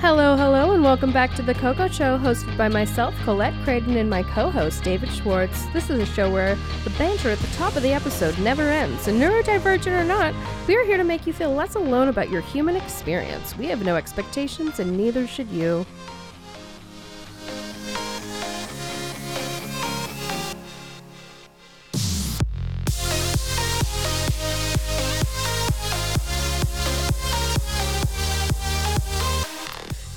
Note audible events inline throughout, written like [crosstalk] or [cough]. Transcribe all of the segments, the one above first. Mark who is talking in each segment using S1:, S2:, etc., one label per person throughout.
S1: Hello, hello, and welcome back to The Coco Show, hosted by myself, Colette Creighton, and my co host, David Schwartz. This is a show where the banter at the top of the episode never ends, and neurodivergent or not, we are here to make you feel less alone about your human experience. We have no expectations, and neither should you.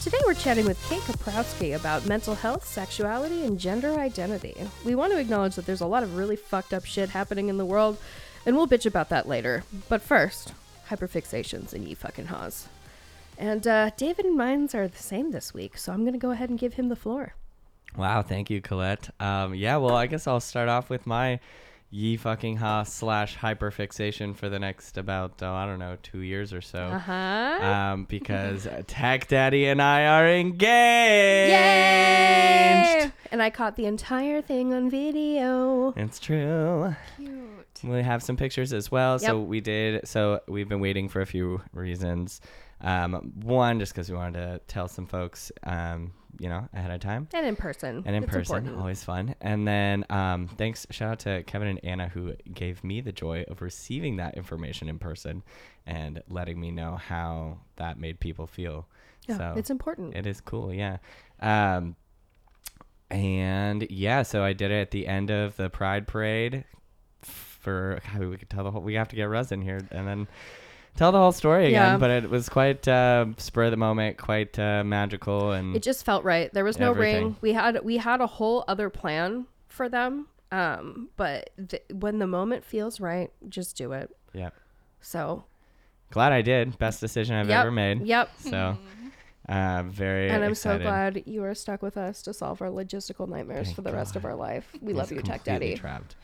S1: Today we're chatting with Kate Kaprowski about mental health, sexuality, and gender identity. We want to acknowledge that there's a lot of really fucked up shit happening in the world, and we'll bitch about that later. But first, hyperfixations and ye fucking haws. And uh, David and mine's are the same this week, so I'm gonna go ahead and give him the floor.
S2: Wow, thank you, Colette. Um, yeah, well, I guess I'll start off with my ye fucking ha slash hyperfixation for the next about oh, I don't know two years or so,
S1: Uh-huh.
S2: um, because Tech Daddy and I are engaged.
S1: Yay! And I caught the entire thing on video.
S2: It's true.
S1: Cute.
S2: We have some pictures as well. So
S1: Yep.
S2: we did. So we've been waiting for a few reasons. Um, one, just because we wanted to tell some folks, um, you know, ahead of time.
S1: And in person.
S2: and in
S1: It's
S2: person
S1: important.
S2: always fun and then um, thanks shout out to kevin and anna who gave me the joy of receiving that information in person and letting me know how that made people feel
S1: Yeah,
S2: so
S1: it's important.
S2: it is cool yeah um, and yeah so i did it at the end of the pride parade for God, we could tell the whole we have to get Russ in here and then tell the whole story again
S1: Yeah.
S2: but it was quite uh, spur of the moment quite uh, magical and
S1: It just felt right. There was no ring.
S2: Everything.
S1: We had we had a whole other plan for them. Um, but th- when the moment feels right, just do it.
S2: yeah
S1: So
S2: glad I did. Best decision I've
S1: yep,
S2: ever made.
S1: Yep.
S2: [laughs] So, uh, very.
S1: And I'm so
S2: excited.
S1: glad you are stuck with us to solve our logistical nightmares
S2: Thank
S1: for the rest of
S2: God.
S1: our life. We
S2: He's
S1: love you, Tech
S2: completely
S1: Daddy.
S2: Trapped.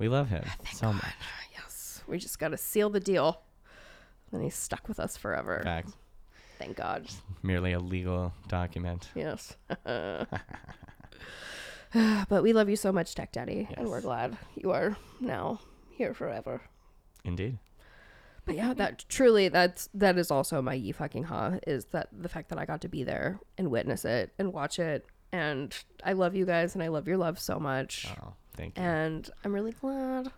S2: We love him so much.
S1: yes, we just got to seal the deal. And he's stuck with us forever.
S2: In fact,
S1: Thank God.
S2: [laughs] merely a legal document. [laughs]
S1: Yes. [laughs] but we love you so much, Tech Daddy, and we're
S2: Yes.
S1: glad you are now here forever.
S2: Indeed.
S1: But yeah, that truly that's that is also my ye fucking ha is that the fact that I got to be there and witness it and watch it and I love you guys and I love your love so much
S2: Oh, thank you.
S1: and I'm really glad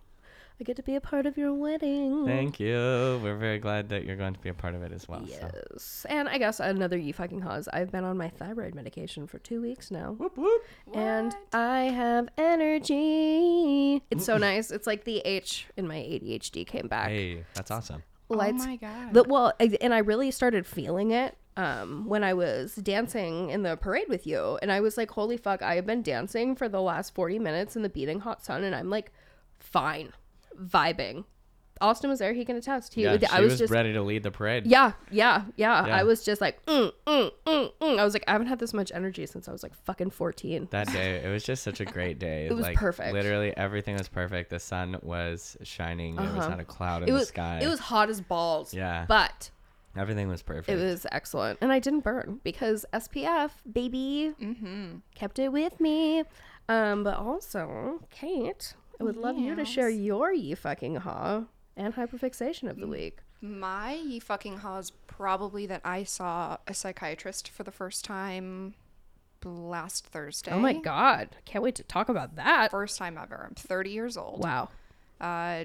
S1: I get to be a part of your wedding.
S2: Thank you. We're very glad that you're going to be a part of it as well. So.
S1: Yes. And I guess another ye fucking ha's. I've been on my thyroid medication for two weeks now.
S2: Whoop whoop.
S1: And I have energy. It's so nice. It's like the H in my ADHD came back.
S2: Hey, that's awesome.
S1: Lights
S3: Oh my god.
S1: The, well, I- and I really started feeling it um, when I was dancing in the parade with you. And I was like, holy fuck, I have been dancing for the last 40 minutes in the beating hot sun, and I'm like, fine, vibing. Austin was there. He can attest. He,
S2: Yeah, she
S1: I was,
S2: was,
S1: just.
S2: ready to lead the parade.
S1: Yeah, yeah, yeah,
S2: Yeah.
S1: I was just like, mm, mm, mm, mm. I was like, I haven't had this much energy since I was like fucking 14.
S2: That day, it was just such a
S1: [laughs]
S2: great day. It
S1: was
S2: like,
S1: perfect.
S2: Literally everything was perfect. The sun was shining. There was
S1: Uh-huh.
S2: not a cloud in
S1: it
S2: the
S1: was
S2: sky.
S1: it was hot as balls.
S2: Yeah.
S1: But
S2: everything was perfect.
S1: it was excellent. And I didn't burn because SPF, baby,
S2: Mm-hmm.
S1: kept it with me. Um, but also, Kate, I would love you to share your ye fucking haw and hyperfixation of the
S2: Mm.
S1: week.
S3: My ye fucking ha is probably that I saw a psychiatrist for the first time last Thursday.
S1: Oh my god. Can't wait to talk about that.
S3: First time ever. I'm 30 years old.
S1: Wow.
S3: Uh,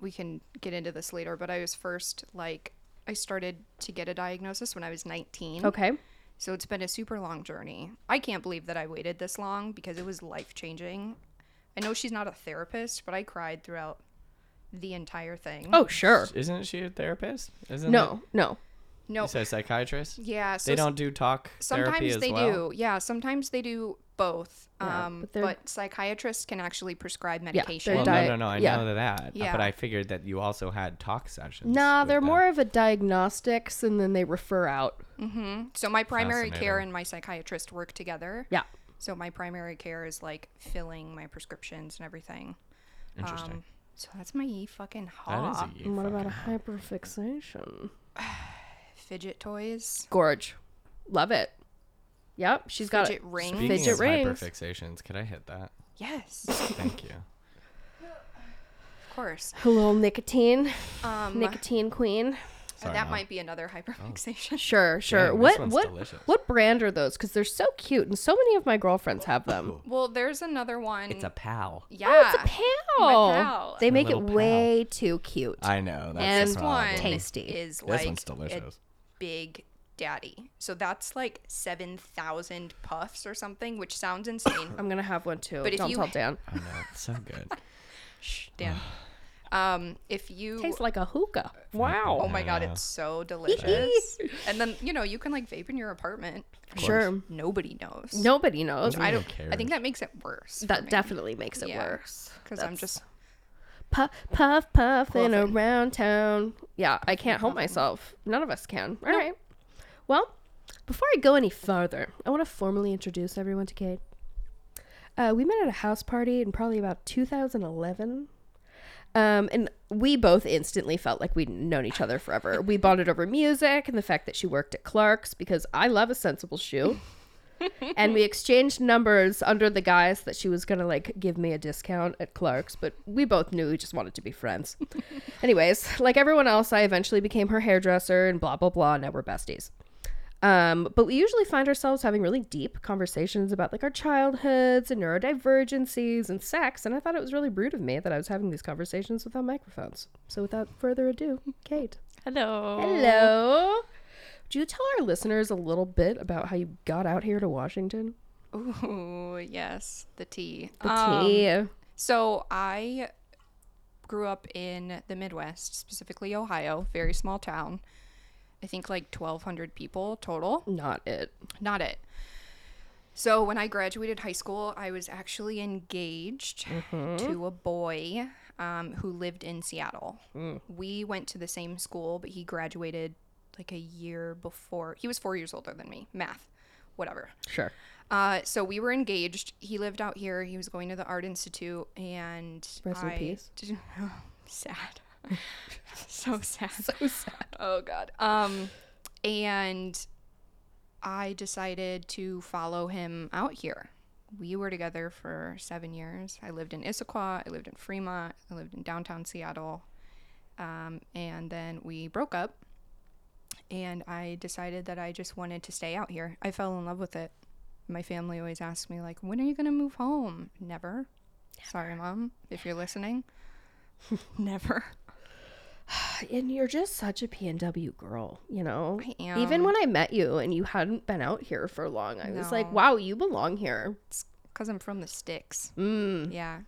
S3: we can get into this later, but I was first like I started to get a diagnosis when I was 19.
S1: Okay.
S3: So it's been a super long journey. I can't believe that I waited this long because it was life changing. I know she's not a therapist, but I cried throughout the entire thing.
S1: Oh sure.
S2: Isn't she a therapist? Isn't
S1: No, no.
S3: no.
S2: It, so psychiatrist.
S3: Yeah, so
S2: they don't do talk therapy
S3: sometimes
S2: as
S3: they
S2: well.
S3: do yeah sometimes they do both
S1: Yeah,
S3: um
S1: but
S3: but,
S1: they're-
S3: psychiatrists can actually prescribe
S1: they're
S3: medication
S2: Well,
S1: di- diet-
S2: no, no, no. I
S1: yeah.
S2: know that, uh,
S3: Yeah.
S2: but I figured that you also had talk sessions.
S1: Nah,
S2: with
S1: they're
S2: them.
S1: more of a diagnostics and then they refer out.
S3: so my primary
S2: Fascinating.
S3: care and my psychiatrist work together
S1: Yeah.
S3: so my primary care is like filling my prescriptions and everything
S2: interesting.
S3: um so that's my ye fucking
S2: that is
S3: ha
S2: a you
S1: And what about a
S2: fucking-
S1: hyperfixation?
S3: fidget toys
S1: Gorge. Love it. Yep. She's got
S3: fidget rings
S2: Speaking
S1: fidget
S2: of
S1: rings?
S2: hyperfixations, could I hit that?
S3: yes of
S2: Thank you.
S3: course
S1: a little nicotine.
S3: um
S1: Nicotine queen.
S2: Sorry,
S3: that
S2: Mom.
S3: might be another [laughs] hyperfixation.
S1: Sure, sure.
S2: Dang, this
S1: what
S2: one's
S1: what
S2: delicious.
S1: what brand are those? Because they're so cute, and so many of my girlfriends have them.
S3: Well, there's another one.
S2: Oh. It's a pal.
S3: yeah.
S1: Oh, it's a pal.
S3: pal.
S1: They
S2: My
S1: make it
S2: little pal.
S1: way too cute.
S2: I know. That's
S1: And
S2: the
S3: This one
S2: problem.
S1: Tasty.
S3: is
S2: This
S3: like
S2: one's delicious.
S3: a big daddy. So that's like seven thousand puffs or something, which sounds
S2: [coughs]
S3: insane.
S1: I'm gonna have one too.
S3: But if
S1: Don't
S3: you-
S1: tell Dan.
S2: I know. It's so good.
S3: Shh,
S2: [sighs]
S3: Dan. um, if you
S1: Tastes like a hookah. Wow.
S3: Oh my god,
S2: Yeah.
S3: it's so
S1: [laughs]
S3: delicious. and then, you know, you can like vape in your apartment.
S1: Sure.
S3: Nobody knows.
S1: Nobody knows.
S2: Nobody
S1: I don't.
S2: cares.
S3: I think that makes it worse.
S1: That definitely makes it
S3: Yeah.
S1: worse.
S3: because I'm
S1: That's-
S3: just
S1: puff, puff, puffing
S3: Puffin'.
S1: around town. Yeah, I can't help myself. None of us can. All right. Well, before I go any farther, I want to formally introduce everyone to Kate. Uh, we met at a house party in probably about 2011. Um, and we both instantly felt like we'd known each other forever. we bonded over music and the fact that she worked at Clark's because I love a sensible shoe. and we exchanged numbers under the guise that she was gonna like give me a discount at Clark's, but we both knew we just wanted to be friends. Anyways, like everyone else, I eventually became her hairdresser and blah blah blah. Now we're besties. Um, but we usually find ourselves having really deep conversations about like our childhoods and neurodivergencies and sex, and I thought it was really rude of me that I was having these conversations without microphones. So without further ado, Kate.
S4: Hello.
S1: Hello. Would you tell our listeners a little bit about how you got out here to Washington?
S3: ooh yes, the tea.
S1: The
S3: Um,
S1: tea.
S3: So I grew up in the Midwest, specifically Ohio, very small town. I think like 1,200 people total.
S1: Not it.
S3: Not it. So when I graduated high school, I was actually engaged to a boy um, who lived in Seattle. We went to the same school, but he graduated like a year before. He was four years older than me. Math, whatever.
S1: Sure.
S3: Uh, so we were engaged. He lived out here. He was going to the art institute, and
S1: Rest in
S3: I
S1: peace.
S3: didn't- [laughs] sad. [laughs] so sad.
S1: [laughs] So sad.
S3: Oh God. Um, and I decided to follow him out here. We were together for seven years. I lived in Issaquah. I lived in Fremont. I lived in downtown Seattle. Um, and then we broke up. And I decided that I just wanted to stay out here. I fell in love with it. My family always asks me, like, when are you going to move home? Never. Sorry, mom, if you're listening. [laughs] Never.
S1: And you're just such a PNW girl, you know?
S3: I
S1: Even
S3: am.
S1: when I met you and you hadn't been out here for long, I was like,
S3: No.
S1: wow, you belong here.
S3: Because I'm from the sticks.
S1: Mm.
S3: Yeah.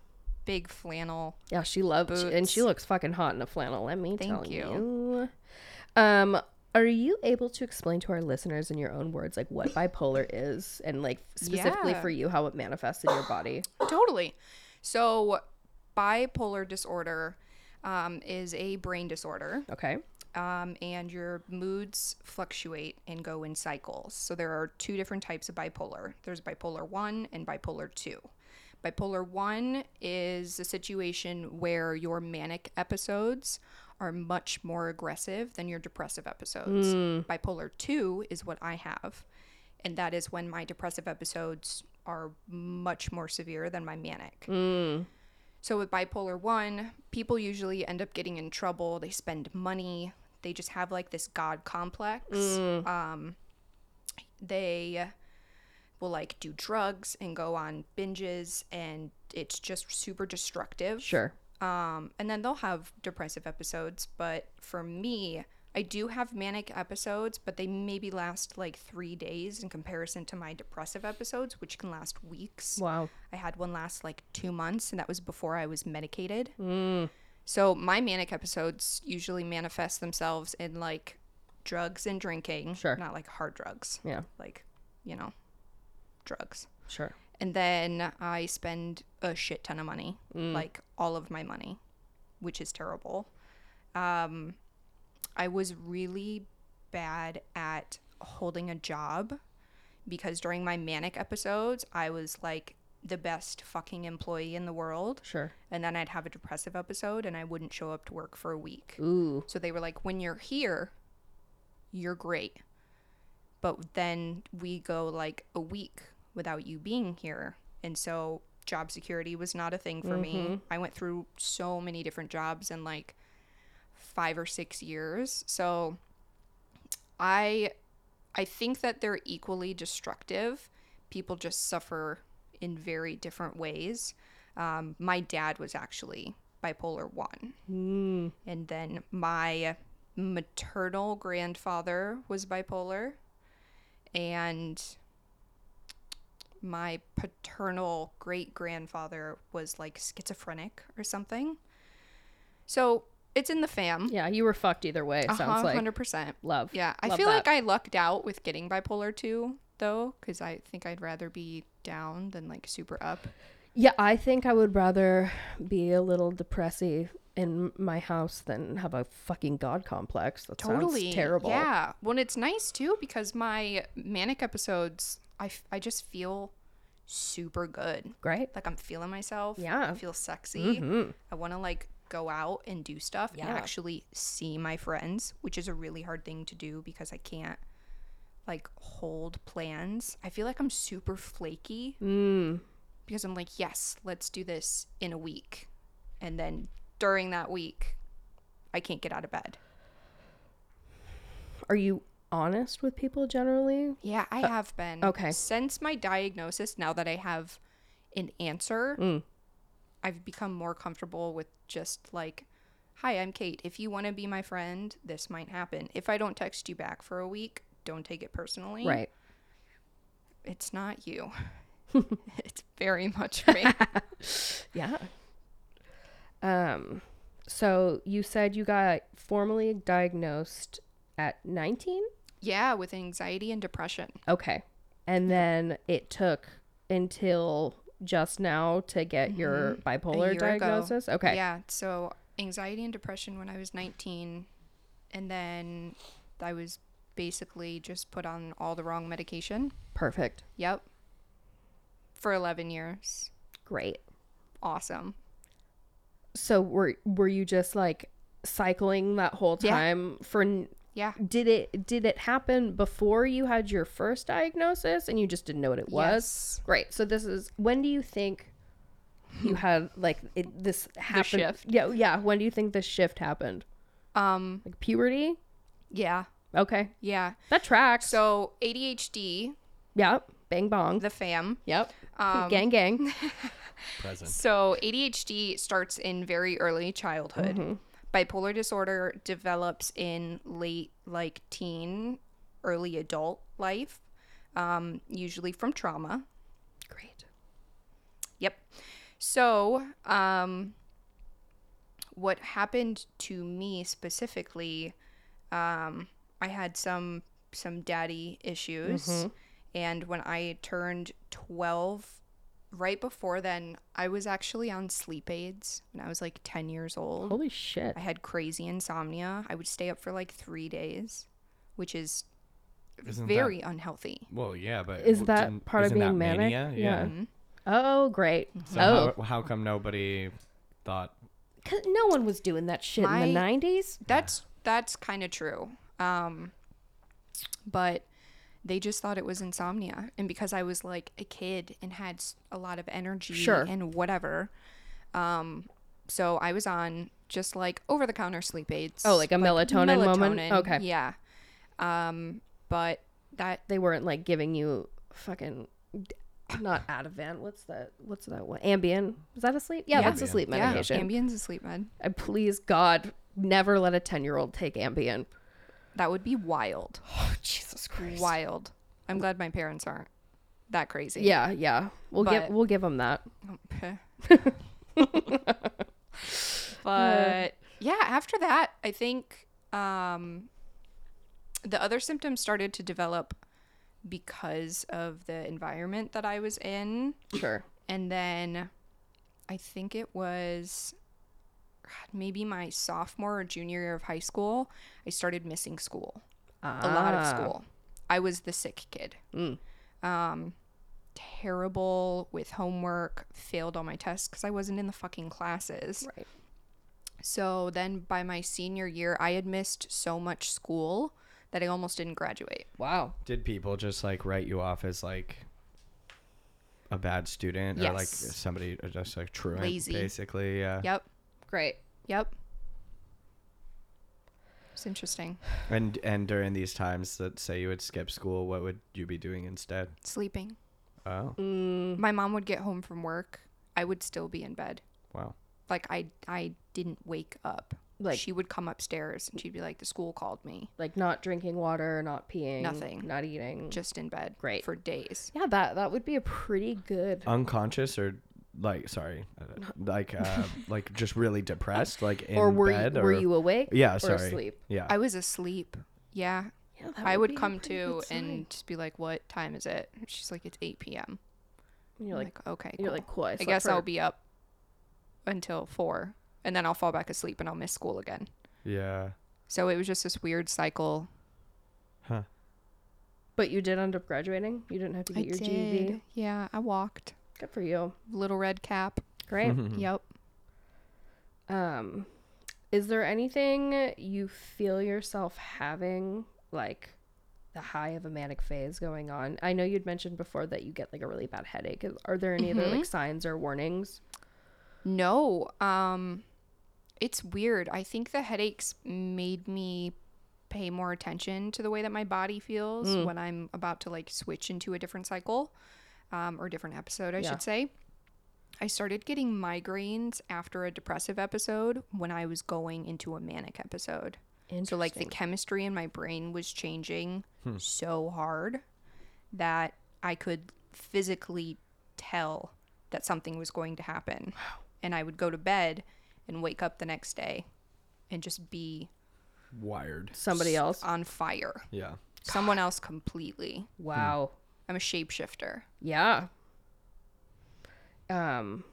S3: Big flannel.
S1: Yeah, she loved and she
S3: Boots.
S1: looks fucking hot in a flannel, let me
S3: Thank
S1: tell you.
S3: you.
S1: Um, are you able to explain to our listeners in your own words like what bipolar is and like specifically
S3: Yeah.
S1: for you how it manifests in your body?
S3: Totally. So, bipolar disorder um, is a brain disorder,
S1: Okay.
S3: um, and your moods fluctuate and go in cycles. So, there are two different types of bipolar there's bipolar 1 and bipolar 2. Bipolar 1 is a situation where your manic episodes are much more aggressive than your depressive episodes. Bipolar 2 is what I have. And that is when my depressive episodes are much more severe than my manic. So with bipolar 1, people usually end up getting in trouble, they spend money, they just have like this god complex. Um they will like do drugs and go on binges and it's just super destructive.
S1: Sure.
S3: Um, and then they'll have depressive episodes. But for me, I do have manic episodes, but they maybe last like three days in comparison to my depressive episodes, which can last weeks.
S1: Wow.
S3: I had one last like two months, and that was before I was medicated.
S1: Mm.
S3: So my manic episodes usually manifest themselves in like drugs and drinking.
S1: Sure.
S3: Not like hard drugs,
S1: Yeah.
S3: like, you know, drugs.
S1: Sure.
S3: And then I spend a shit ton of money, like all of my money, which is terrible. Um, I was really bad at holding a job because during my manic episodes, I was like the best fucking employee in the world.
S1: Sure.
S3: And then I'd have a depressive episode and I wouldn't show up to work for a week.
S1: Ooh.
S3: So they were like, when you're here, you're great. But then we go like a week without you being here. And so job security was not a thing for me. I went through so many different jobs in like five or six years. So I I think that they're equally destructive. People just suffer in very different ways. Um, my dad was actually bipolar one,
S1: Mm.
S3: and then my maternal grandfather was bipolar, and my paternal great grandfather was like schizophrenic or something. So it's in the fam. Uh-huh,
S1: Yeah, you were fucked either way. It sounds like
S3: hundred percent.
S1: love.
S3: Yeah, I
S1: Love
S3: feel
S1: that.
S3: like I lucked out with getting bipolar two though, because I think I'd rather be down than like super up.
S1: Yeah, I think I would rather be a little depressy in my house than have a fucking god complex. That
S3: Totally
S1: sounds terrible.
S3: Yeah. Well, it's nice too because my manic episodes, I f- I just feel super good.
S1: Great.
S3: Like I'm feeling myself.
S1: Yeah.
S3: I feel sexy.
S1: Mhm.
S3: I want to like go out and do stuff
S1: Yeah.
S3: and actually see my friends, which is a really hard thing to do because I can't like hold plans. I feel like I'm super flaky
S1: Mm.
S3: because I'm like, yes, let's do this in a week. And then during that week, I can't get out of bed.
S1: Are you honest with people generally?
S3: Yeah, I have been.
S1: Uh, okay.
S3: Since my diagnosis, now that I have an answer,
S1: Mm.
S3: I've become more comfortable with just like, hi, I'm Kate. If you want to be my friend, this might happen. If I don't text you back for a week, don't take it personally.
S1: Right.
S3: It's
S1: [laughs]
S3: not you. [laughs] it's very much me.
S1: Yeah. Um so you said you got formally diagnosed at 19?
S3: yeah, with anxiety and depression.
S1: Okay. And then it took until just now to get your bipolar
S3: year ago.
S1: diagnosis. Okay.
S3: Yeah. So anxiety and depression when I was 19. And then I was basically just put on all the wrong medication.
S1: Perfect.
S3: Yep. For 11 years.
S1: Great.
S3: Awesome.
S1: So were were you just like cycling that whole
S3: Yeah.
S1: time for n-
S3: Yeah.
S1: did it did it happen before you had your first diagnosis and you just didn't know what it was?
S3: Yes.
S1: Great. So this is when do you think [laughs] you had like it, this happened?
S3: shift.
S1: Yeah, yeah. When do you think this shift happened?
S3: Um,
S1: Like puberty?
S3: yeah.
S1: Okay,
S3: Yeah.
S1: that tracks.
S3: So ADHD,
S1: yep. Bang bong.
S3: the fam.
S1: yep.
S3: Um,
S1: gang
S3: [laughs]
S1: gang.
S2: Present.
S3: So ADHD starts in very early childhood.
S1: Mm-hmm.
S3: Bipolar disorder develops in late, like teen, early adult life, um, usually from trauma.
S1: Great.
S3: Yep. So, um, what happened to me specifically? Um, I had some some daddy issues,
S2: Mm-hmm.
S3: and when I turned twelve, right before then, I was actually on sleep aids when I was like ten years old.
S2: Oh.
S1: Holy shit.
S3: I had crazy insomnia. I would stay up for like three days, which is
S2: Isn't that-
S3: very unhealthy.
S2: Well, yeah, but
S1: Is
S2: w-
S1: that
S2: didn't-
S1: part of
S2: isn't
S1: being
S2: that
S1: manic?
S2: mania?
S1: Yeah.
S2: Yeah.
S1: Oh, great.
S2: So
S1: oh,
S2: how, how come nobody thought?
S1: 'Cause no one was doing that shit in
S3: My-
S1: the nineties.
S3: That's that's kind of true. Um, but they just thought it was insomnia, and because I was like a kid and had s- a lot of energy
S1: Sure.
S3: and whatever, um, so I was on just like over the counter sleep aids.
S1: Oh, like a melatonin, moment.
S3: melatonin,
S1: Okay.
S3: yeah. Um, but that
S1: They weren't like giving you fucking not Ativan. What's that? What's that one? Ambien. Is that a sleep? Yeah,
S3: Yeah.
S1: that's a sleep medication.
S3: yeah, Ambien's a sleep med.
S1: I please God, never let a 10 year old take Ambien.
S3: That would be wild,
S1: Oh, [sighs] Jesus Christ.
S3: wild. I'm glad my parents aren't that crazy.
S1: Yeah, yeah. We'll give
S3: But-
S1: we'll give them that.
S3: [laughs] but yeah, after that, I think um, the other symptoms started to develop because of the environment that I was in.
S1: Sure.
S3: And then I think it was God, maybe my sophomore or junior year of high school, I started missing school a lot of
S1: Ah,
S3: school. I was the sick kid.
S1: Mm.
S3: Um, terrible with homework, failed all my tests because I wasn't in the fucking classes.
S1: Right.
S3: So then by my senior year, I had missed so much school that I almost didn't graduate.
S1: Wow.
S2: Did people just like write you off as like a bad student or like
S3: Yes.
S2: somebody or just like truant,
S3: Lazy.
S2: basically? Yeah.
S3: Yep.
S1: Great.
S3: Yep. It's interesting.
S2: And and during these times that say you would skip school, what would you be doing instead?
S3: Sleeping.
S2: Oh,
S3: My mom would get home from work. I would still be in bed.
S2: wow.
S3: Like I I didn't wake up.
S1: Like-
S3: she would come upstairs and she'd be like, "The school called me."
S1: Like not drinking water, not peeing,
S3: Nothing.
S1: not eating.
S3: Just in bed.
S1: Great.
S3: For days.
S1: yeah, that that would be a pretty good.
S2: Unconscious or like sorry, uh, like
S1: [laughs]
S2: uh, like just really depressed, like in
S1: or were
S2: bed
S1: you,
S2: or
S1: were you awake?
S2: yeah
S1: or
S2: sorry
S1: asleep?
S2: yeah
S3: I was asleep. Yeah.
S1: Yeah, that
S3: I would
S1: be a
S3: come
S1: pretty
S3: to
S1: good sign.
S3: and just be like, "What time is it?" And she's like, "It's 8 p.m."
S1: And you're
S3: I'm
S1: like,
S3: like, "Okay."
S1: you're
S3: cool.
S1: like, cool. I,
S3: I
S1: slept
S3: guess
S1: for
S3: I'll be up until 4 and then I'll fall back asleep and I'll miss school again.
S2: yeah
S3: So it was just this weird cycle.
S2: huh
S1: But you did end up graduating. You didn't have to get your E GED.
S3: Yeah, I walked.
S1: Good for you.
S3: Little red cap.
S1: Great.
S3: Yep.
S1: um, is there anything you feel yourself having like the high of a manic phase going on? I know you'd mentioned before that you get like a really bad headache. Is- Are there any other like signs or warnings?
S3: No, um it's weird. I think the headaches made me pay more attention to the way that my body feels when I'm about to like switch into a different cycle um, or different episode, I
S1: Yeah.
S3: should say. I started getting migraines after a depressive episode when I was going into a manic episode. So like the chemistry in my brain was changing so hard that I could physically tell that something was going to happen. And I would go to bed and wake up the next day and just be
S2: wired
S1: somebody else.
S3: on fire.
S2: yeah
S3: Someone else completely.
S1: hmm. Wow.
S3: I'm a shapeshifter.
S1: Yeah. Um.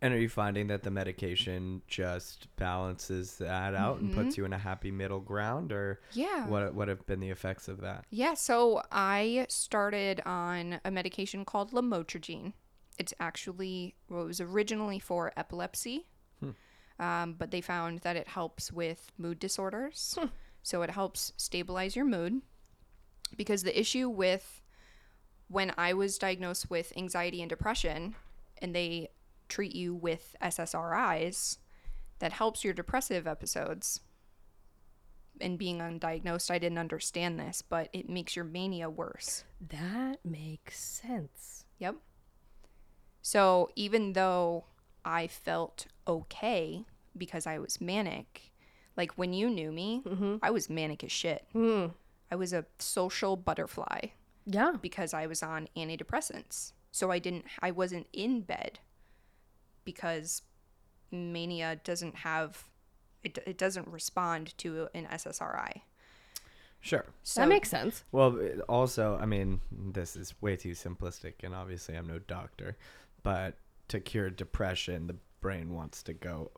S2: and are you finding that the medication just balances that out and puts
S1: Mm-hmm.
S2: you in a happy middle ground or
S3: Yeah.
S2: what what have been the effects of that
S3: Yeah, so I started on a medication called lamotrigine. It's actually well, it was originally for epilepsy, um, but they found that it helps with mood disorders. So it helps stabilize your mood because the issue with when I was diagnosed with anxiety and depression, and they treat you with SSRIs that helps your depressive episodes and being undiagnosed, I didn't understand this, but it makes your mania worse.
S1: That makes sense.
S3: Yep. So even though I felt okay because I was manic, like when you knew me,
S1: Mm-hmm.
S3: I was manic as shit.
S1: Hmm.
S3: I was a social butterfly
S1: Yeah.
S3: because I was on antidepressants. So I didn't I wasn't in bed because mania doesn't have it, it doesn't respond to an SSRI.
S2: sure
S3: So
S1: that makes sense.
S2: well it- also i mean this is way too simplistic and obviously i'm no doctor but to cure depression the brain wants to go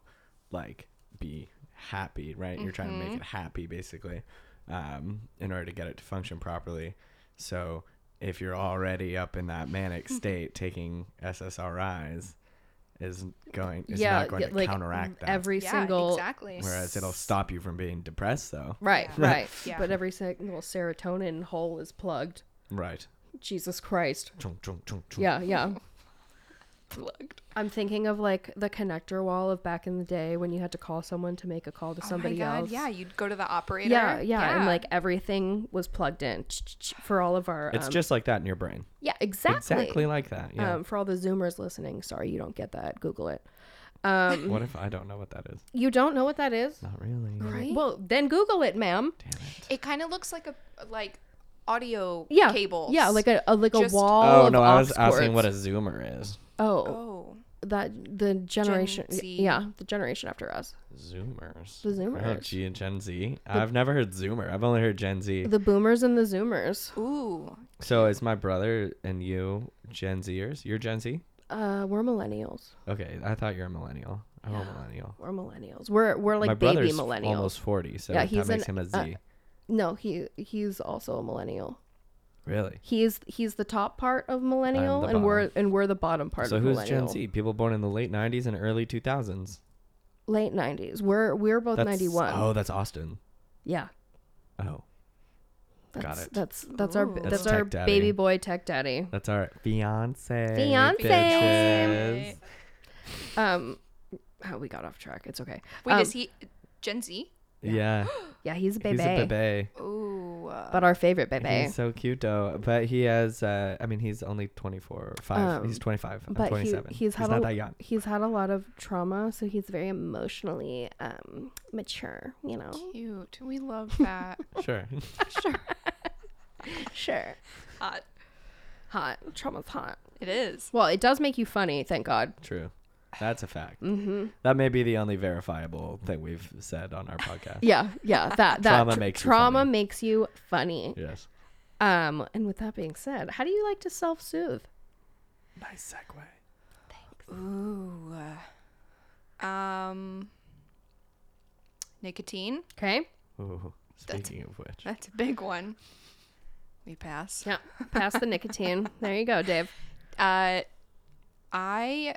S2: like be happy right you're trying
S1: Mm-hmm.
S2: to make it happy basically um, in order to get it to function properly so if you're already up in
S1: [laughs]
S2: that manic state taking ssris is going is
S1: yeah.
S2: not going
S1: yeah,
S2: to
S1: like
S2: counteract that
S1: every
S3: Yeah,
S1: single
S3: exactly.
S2: whereas it'll stop you from being depressed though
S1: Right,
S3: Yeah.
S1: right. [laughs]
S3: Yeah.
S1: But every single serotonin hole is plugged.
S2: right
S1: Jesus Christ.
S2: Chung, chung, chung, chung.
S1: Yeah, yeah. I'm thinking of like the connector wall of back in the day when you had to call someone to make a call to somebody else.
S3: Oh Yeah, you'd go to the operator.
S1: yeah, yeah, And like everything was plugged in for all of our.
S2: it's
S1: um,
S2: just like that in your brain
S1: yeah, exactly.
S2: exactly like that. Yeah.
S1: Um, for all the Zoomers listening, sorry you don't get that. Google it. Um,
S2: what if I don't know what that is?
S1: You don't know what that is?
S2: Not really.
S3: Right?
S1: Well, then Google it, ma'am.
S3: it kind of looks like a like audio
S1: Yeah,
S3: cables.
S1: Yeah, like a, a like
S3: Just-
S1: a wall.
S2: Oh
S1: of
S2: no, I was
S1: aux
S2: asking
S1: cords.
S2: what a zoomer is.
S1: Oh,
S3: oh,
S1: that the generation y-
S3: Z.
S1: yeah the generation after us
S2: Zoomers.
S1: The
S2: Oh,
S1: Zoomers.
S2: G and Gen Z. I've never heard zoomer. I've only heard Gen Z.
S1: the boomers and the zoomers
S3: ooh,
S2: So is my brother and you Gen Zers? You're Gen Z.
S1: uh we're millennials
S2: Okay, I thought you're a millennial. I'm a millennial.
S1: we're millennials we're we're like
S2: my
S1: baby
S2: brother's
S1: millennials
S2: almost forty, so
S1: Yeah,
S2: that
S1: he's
S2: makes
S1: an-
S2: him a Z.
S1: uh, no he he's also a millennial
S2: really?
S1: he is he's the top part of millennial and
S2: bottom.
S1: we're and we're the bottom part
S2: So
S1: of
S2: who's
S1: millennial
S2: Gen Z? People born in the late '90s and early 2000s.
S1: late 90s we're we're both
S2: That's
S1: 91
S2: Oh, that's Austin.
S1: yeah
S2: Oh,
S1: that's,
S2: it.
S1: that's that's our
S3: Ooh.
S1: that's,
S2: That's
S1: our
S2: tech daddy.
S1: baby boy tech daddy
S2: that's our fiance.
S1: Fiancé.
S2: bitches.
S1: um oh, we got off track it's okay
S3: wait,
S1: Um,
S3: is he Gen Z?
S1: [gasps]
S2: Yeah.
S1: Yeah, he's a baby.
S2: He's a bebe.
S3: Ooh. uh,
S1: But our favorite baby.
S2: He's so cute though. But he has uh I mean he's only 24 or 5.
S1: Um,
S2: he's 25. I'm
S1: but he-
S2: 27.
S1: he's had
S2: not
S1: a-
S2: that young.
S1: He's had a lot of trauma, so he's very emotionally um, mature, you know?
S3: Cute. We love
S1: [laughs]
S3: that.
S2: [laughs] Sure. [laughs]
S1: Sure.
S3: Hot.
S1: Hot. Trauma's hot.
S3: Uh, It is.
S1: Well, it does make you funny, thank God.
S2: True. That's a fact.
S1: Mm-hmm.
S2: That may be the only verifiable thing we've said on our podcast.
S1: Yeah, yeah. That, that
S2: Trauma
S1: tr-
S2: makes you
S1: trauma
S2: funny.
S1: makes you funny.
S2: [laughs] yes.
S1: Um, and with that being said, how do you like to self-soothe?
S2: Nice segue.
S3: Ooh. uh, Um. Nicotine.
S1: Okay.
S2: Ooh, speaking of which.
S3: That's a big one. We pass.
S1: Yeah. Pass the
S3: [laughs]
S1: nicotine. There you go, Dave.
S3: Uh, I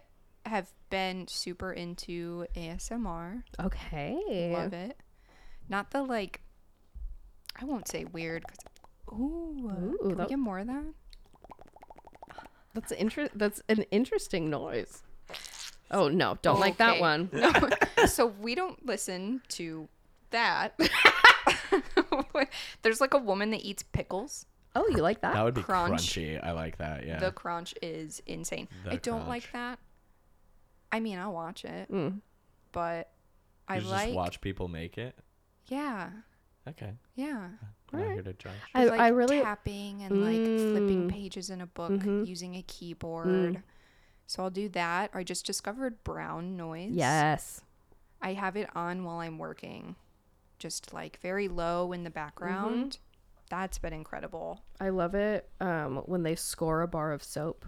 S3: have been super into ASMR.
S1: Okay.
S3: Love it. Not the like. I won't say weird because. Ooh. uh,
S1: Ooh,
S3: can
S1: that-
S3: we get more of that?
S1: That's inter- That's an interesting noise. Oh no! Don't like that
S3: Okay.
S1: one.
S2: [laughs]
S3: No. so we don't listen to that. [laughs] There's like a woman that eats pickles.
S1: Oh, you like that?
S2: That would be
S3: Crunch.
S2: crunchy. I like that. Yeah.
S3: The crunch is insane.
S2: The
S3: I don't
S2: crunch.
S3: like that. I mean, I'll watch it,
S1: Mm.
S3: but I
S2: you
S3: like.
S2: just watch people make it.
S3: Yeah,
S2: Okay.
S3: yeah.
S2: I'm not
S1: Alright.
S2: here to judge.
S1: I-
S3: There's, like,
S1: I really-
S3: tapping and like flipping
S1: Mm.
S3: pages in a book
S1: Mhm.
S3: using a keyboard. So I'll do that. I just discovered brown noise.
S1: Yes.
S3: I have it on while I'm working, just like very low in the
S1: Mm-hmm.
S3: background. That's been incredible.
S1: I love it um, when they score a bar of soap.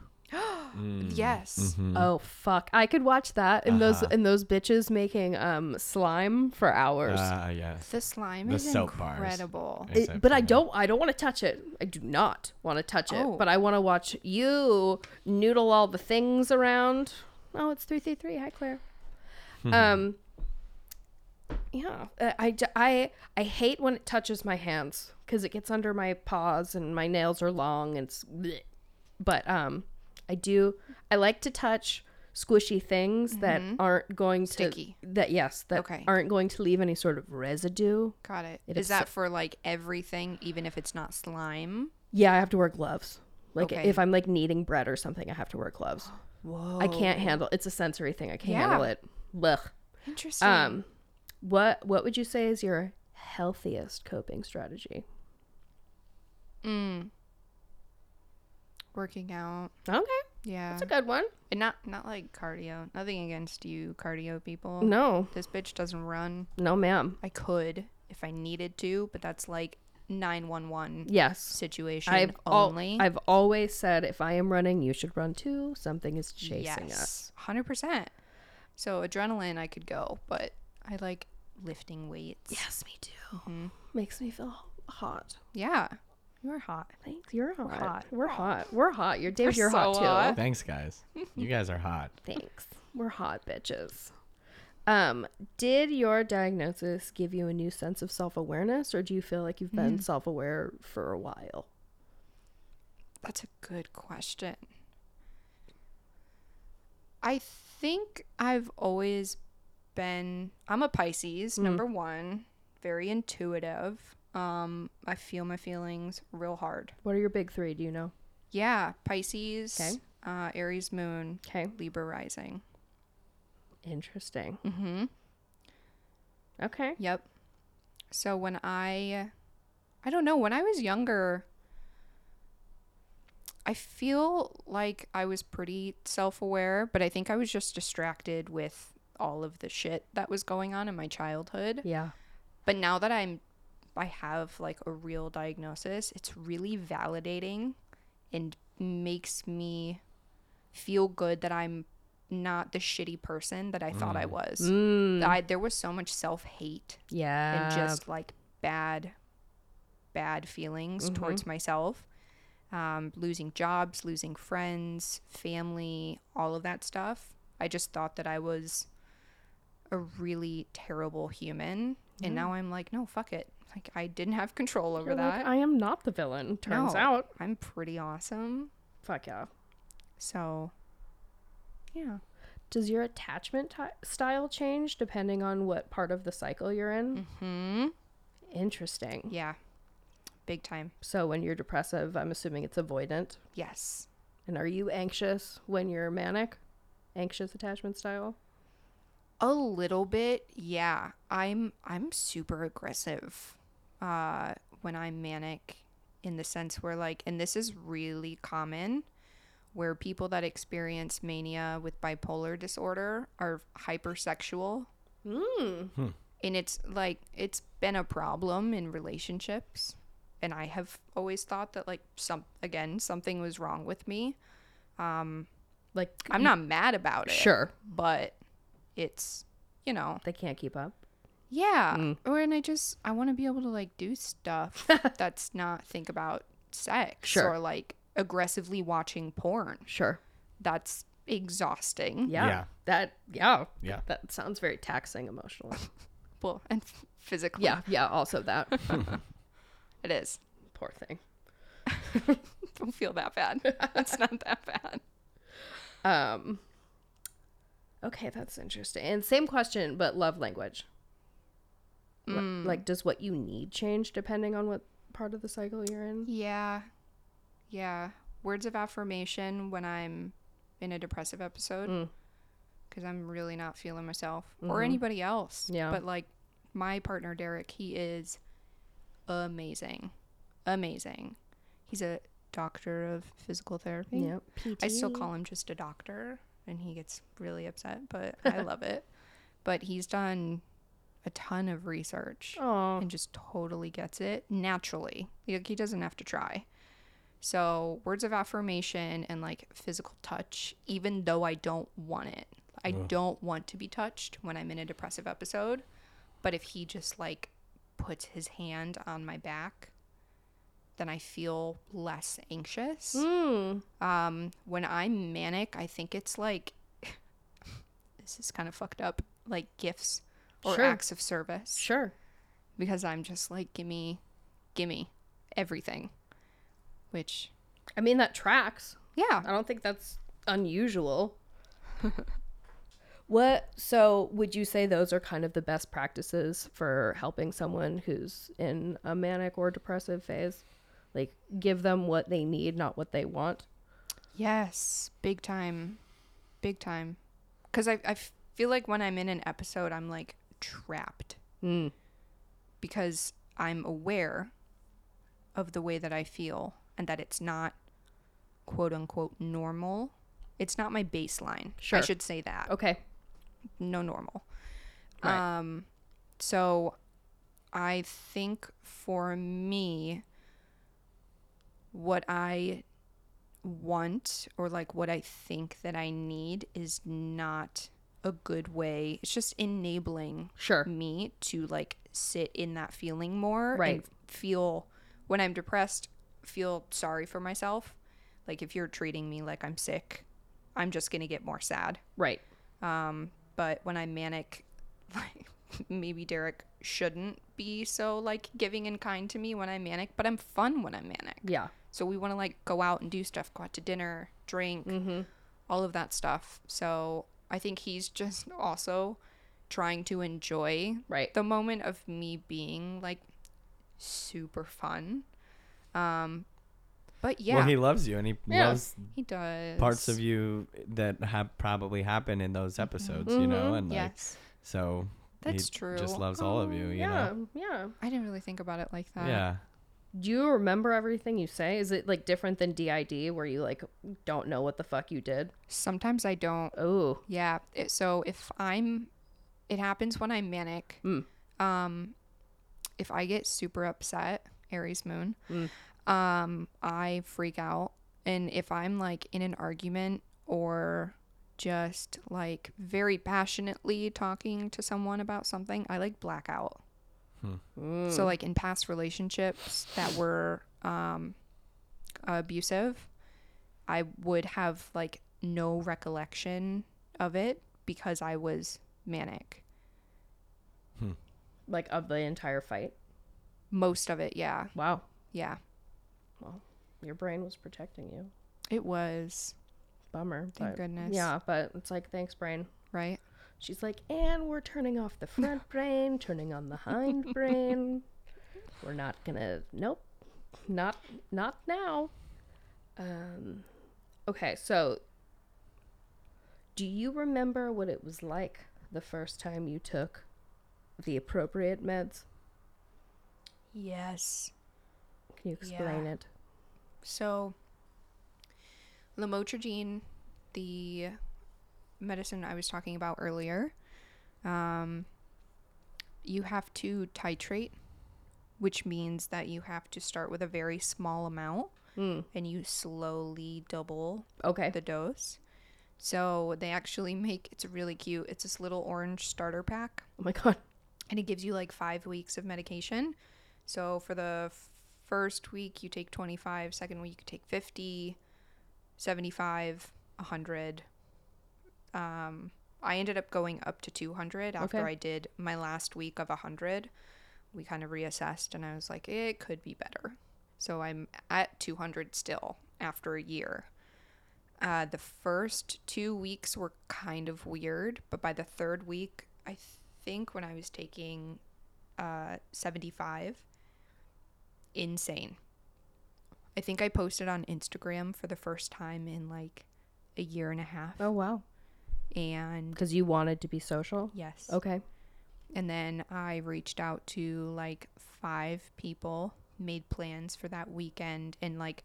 S2: Mm.
S3: Yes.
S2: Mm-hmm.
S1: Oh fuck! I could watch that and those and those bitches making um, slime for hours.
S2: Ah, yes.
S3: The slime
S2: The
S3: is
S2: soap bars.
S3: incredible.
S1: It- but I
S2: Exactly.
S1: don't. I don't want to touch it. I do not want to touch it.
S3: Oh.
S1: But I want to watch you noodle all the things around. Oh, it's three three three. Hi, Claire. um. Yeah, uh, I, j- I- I hate when it touches my hands because it gets under my paws and my nails are long and. It's bleh. But um, I do. I like to touch squishy things that aren't going to
S3: Mm-hmm. Sticky.
S1: That yes, that
S3: Okay.
S1: aren't going to leave any sort of residue.
S3: Got it. Is
S1: It
S3: that for like everything, even if it's not slime?
S1: Yeah, I have to wear gloves. Like
S3: Okay.
S1: if I'm like kneading bread or something, I have to wear gloves.
S3: Whoa.
S1: I can't handle it's a sensory thing. I can't
S3: Yeah.
S1: handle it. Blech.
S3: Interesting.
S1: Um what what would you say is your healthiest coping strategy?
S3: Mm. Working out.
S1: Okay.
S3: Yeah.
S1: That's a good one.
S3: and not not like cardio. Nothing against you, cardio people.
S1: Oh. No.
S3: This bitch doesn't run.
S1: No, ma'am.
S3: I could if I needed to, but that's like nine one one
S1: Yes.
S3: situation
S1: I've al-
S3: only.
S1: I've always said if I am running, you should run too. Something is chasing us.
S3: hundred percent. So adrenaline, I could go, but I like lifting weights.
S1: Yes, me too. Makes me feel hot.
S3: Yeah, you are hot.
S1: Thanks. You're hot. We're
S3: hot.
S1: We're hot. We're hot. You're Dave, you're
S3: so
S1: hot too.
S3: hot.
S2: Thanks, guys. You guys are
S3: [laughs]
S2: hot.
S1: Thanks. We're hot bitches. Um, did your diagnosis give you a new sense of self awareness, or do you feel like you've
S3: Mm.
S1: been self aware for a while?
S3: That's a good question. I think I've always been I'm a Pisces,
S1: Mm.
S3: number 1, very intuitive. Um I feel my feelings real hard.
S1: What are your big three? Do you know?
S3: Yeah, Pisces,
S1: Okay.
S3: uh Aries moon,
S1: Okay.
S3: Libra rising.
S1: Interesting.
S3: Mhm.
S1: Okay.
S3: Yep. So when I I don't know, when I was younger I feel like I was pretty self-aware, but I think I was just distracted with all of the shit that was going on in my childhood.
S1: Yeah.
S3: But now that I'm I have like a real diagnosis, it's really validating and makes me feel good that I'm not the shitty person that I thought I was.
S1: Mm.
S3: I, there was so much self-hate
S1: Yeah.
S3: Mm. and just like bad bad feelings
S1: Mm-hmm.
S3: towards myself um, losing jobs losing friends family all of that stuff i just thought that i was a really terrible human and now i'm like no fuck it like i didn't have control over
S1: You're like, "Uh"
S3: that
S1: I am not the villain. Turns
S3: No,
S1: out.
S3: i'm pretty awesome
S1: Fuck yeah.
S3: so yeah
S1: Does your attachment ty style change depending on what part of the cycle you're in?
S3: Hmm.
S1: Interesting.
S3: Yeah. Big time.
S1: So when you're depressive, I'm assuming it's avoidant.
S3: Yes.
S1: And are you anxious when you're manic? Anxious attachment style?
S3: A little bit. Yeah. I'm I'm super aggressive. Uh when I'm manic in the sense where like and this is really common where people that experience mania with bipolar disorder are hypersexual
S1: Mm.
S3: and it's like it's been a problem in relationships and i have always thought that like some again something was wrong with me
S1: Like,
S3: i'm not mad about it
S1: sure.
S3: but it's you know
S1: They can't keep up.
S3: yeah
S1: Mm.
S3: or and i just i want to be able to like
S1: [laughs]
S3: do stuff that's not think about sex
S1: Sure.
S3: or like aggressively watching porn
S1: Sure.
S3: that's exhausting
S1: Yeah.
S2: Yeah.
S1: That, yeah.
S2: Yeah.
S1: That sounds very taxing emotionally.
S3: well and f-
S1: [laughs]
S3: physically
S1: yeah. Yeah. Also that.
S3: it is
S1: [laughs]
S3: [laughs]
S1: Poor thing.
S3: don't feel that bad it's not that bad
S1: Um, okay. That's interesting. And same question, but love language. Wha- Like, does what you need change depending on what part of the cycle you're in?
S3: Yeah. Yeah. Words of affirmation when I'm in a depressive episode
S1: Mm. Mm-hmm.
S3: because I'm really not feeling myself or anybody else.
S1: Yeah.
S3: But like my partner, Derek, he is amazing. Amazing. He's a doctor of physical therapy.
S1: Yeah.
S3: I still call him just a doctor, and he gets really upset, but I
S1: [laughs]
S3: love it. But he's done a ton of research
S1: Oh.
S3: and just totally gets it naturally. Like he doesn't have to try. So words of affirmation and like physical touch, even though I don't want it. I don't want to be touched when I'm in a depressive episode. But if he just like puts his hand on my back, then I feel less anxious.
S1: Mm.
S3: Um, when I'm manic, I think it's like [laughs] this is kind of fucked up, like gifts or
S1: Sure.
S3: acts of service
S1: Sure.
S3: because I'm just like, gimme, gimme everything. Which,
S1: I mean, that tracks.
S3: yeah,
S1: I don't think that's unusual. [laughs] what so would you say those are kind of the best practices for helping someone who's in a manic or depressive phase? Like give them what they need, not what they want.
S3: yes, big time, big time. Because I, I feel like when I'm in an episode, I'm like trapped
S1: Mm.
S3: because I'm aware of the way that I feel and that it's not quote unquote normal. It's not my baseline. I
S1: Sure. Oh.
S3: should say that.
S1: Okay.
S3: no normal.
S1: Right.
S3: Um, so I think for me, what I want or like what I think that I need is not a good way. It's just enabling
S1: Sure.
S3: me to like sit in that feeling more
S1: Right.
S3: and feel when I'm depressed, feel sorry for myself. Like if you're treating me like I'm sick, I'm just going to get more sad
S1: Right.
S3: but when I'm manic, [laughs] like maybe Derek shouldn't be so like giving and kind to me when I'm manic, but I'm fun when I'm manic.
S1: Yeah.
S3: So we want to like go out and do stuff, go out to dinner, drink, all of that stuff. So I think he's [laughs] just also trying to enjoy
S1: Right.
S3: the moment of me being like super fun. Um but yeah,
S2: Well,
S3: he,
S2: he loves you, and he
S1: Yeah.
S2: loves
S3: does.
S2: parts of you that have probably happen in those episodes, you know, and like
S3: Yes.
S2: so.
S3: Mm-hmm. That's
S2: he
S3: true.
S2: Just loves all of you, you
S1: yeah.
S2: know.
S1: Yeah.
S3: I didn't really think about it like that.
S2: Yeah.
S1: Do you remember everything you say? Is it like different than DID where you like don't know what the fuck you did?
S3: Sometimes I don't
S1: Oh.
S3: Yeah. It, so if I'm, it happens when I'm manic.
S1: Mm.
S3: Um, if I get super upset, Aries moon, um, I freak out. And if I'm like in an argument or just like very passionately talking to someone about something, I like black out.
S1: mm.
S3: So like in past relationships that were um, abusive, I would have like no recollection of it because I was manic.
S1: Like of the entire fight.
S3: Most of it, yeah.
S1: Wow.
S3: Yeah.
S1: Your brain was protecting you.
S3: It was.
S1: bummer.
S3: Thank
S1: but-
S3: goodness.
S1: Yeah, but it's like, thanks, brain.
S3: right?
S1: She's like, and we're turning off the
S3: [laughs]
S1: front brain, turning on the hind brain. We're not gonna. Nope. Not not now. Um. Okay, so. Do you remember what it was like the first time you took the appropriate meds?
S3: Yes.
S1: Can you explain
S3: Yeah.
S1: it?
S3: So, lamotrigine, the medicine I was talking about earlier, um, you have to titrate, which means that you have to start with a very small amount
S1: Mm.
S3: and you slowly double
S1: Okay.
S3: the dose. So, they actually make it's really cute. It's this little orange starter pack
S1: oh my god.
S3: and it gives you like five weeks of medication. So for the f- first week, you take 25, second week, you take 50, 75, 100. Um, I ended up going up to 200 after
S1: Okay.
S3: I did my last week of 100. We kind of reassessed, and I was like, it could be better. So I'm at 200 still after a year. Uh, the first two weeks were kind of weird, but by the third week, I think when I was taking uh, 75, insane. I think I posted on Instagram for the first time in like a year and a half.
S1: Oh wow.
S3: And
S1: Because you wanted to be social.
S3: yes.
S1: Okay.
S3: And then I reached out to like five people, made plans for that weekend, and like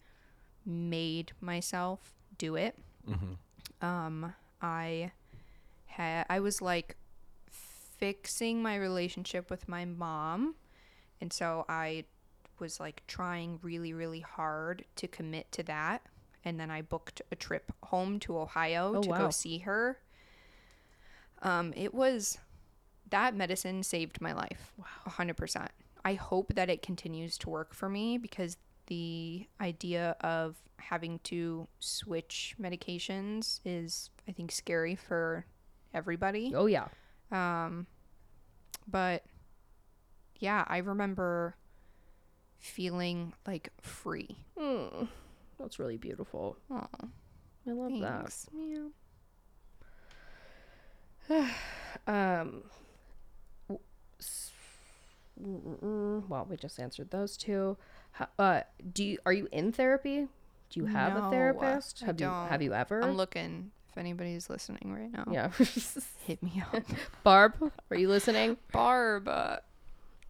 S3: made myself do it.
S2: Mhm.
S1: Mm-hmm.
S3: Um, I had I was like fixing my relationship with my mom, and so I was like trying really, really hard to commit to that. And then I booked a trip home to Ohio
S1: Oh,
S3: to
S1: wow.
S3: go see her. Um, it was that medicine saved my life. Wow. 100%. I hope that it continues to work for me because the idea of having to switch medications is, I think, scary for everybody.
S1: Oh yeah.
S3: Um, but yeah, I remember feeling like free.
S1: Mm, that's really beautiful.
S3: Oh,
S1: I love
S3: thanks. Yeah.
S1: that. Um, w- s- mm, mm, well, we just answered those two. Ho- uh, do you are you in therapy? Do you have
S3: No,
S1: a therapist?
S3: I
S1: Have you have
S3: don't.
S1: you ever?
S3: I'm looking if anybody's listening right now.
S1: yeah,
S3: Hit me up.
S1: [laughs]
S3: [laughs]
S1: Barb, are you listening?
S3: Barb. uh,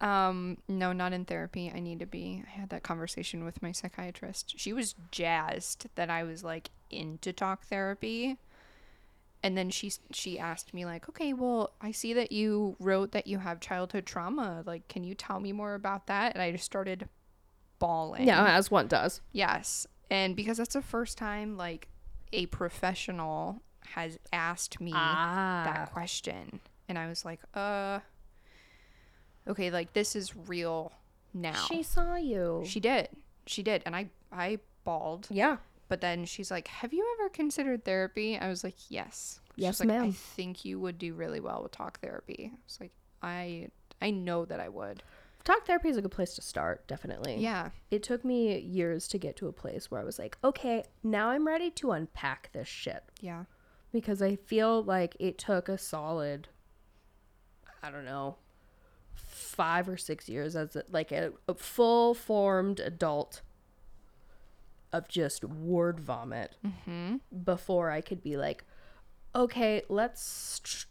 S3: Um, no, not in therapy. I need to be. I had that conversation with my psychiatrist. She was jazzed that I was like into talk therapy. And then she s- she asked me like, "Okay, well, I see that you wrote that you have childhood trauma. Like, can you tell me more about that?" And I just started bawling.
S1: Yeah, as one does.
S3: Yes. And because that's the first time like a professional has asked me
S1: Ah,
S3: that question and i was like uh okay like this is real now
S1: she saw you.
S3: she did she did and i i bawled
S1: yeah,
S3: but then she's like have you ever considered therapy i was like yes She's
S1: Yes,
S3: like, i
S1: ma'am.
S3: think you would do really well with talk therapy i was like i i know that i would
S1: talk therapy is a good place to start. Definitely.
S3: yeah
S1: It took me years to get to a place where I was like, okay, now I'm ready to unpack this shit.
S3: yeah
S1: because I feel like it took a solid, I don't know, five or six years as a, like a, a full formed adult of just word vomit before I could be like, okay, let's tr-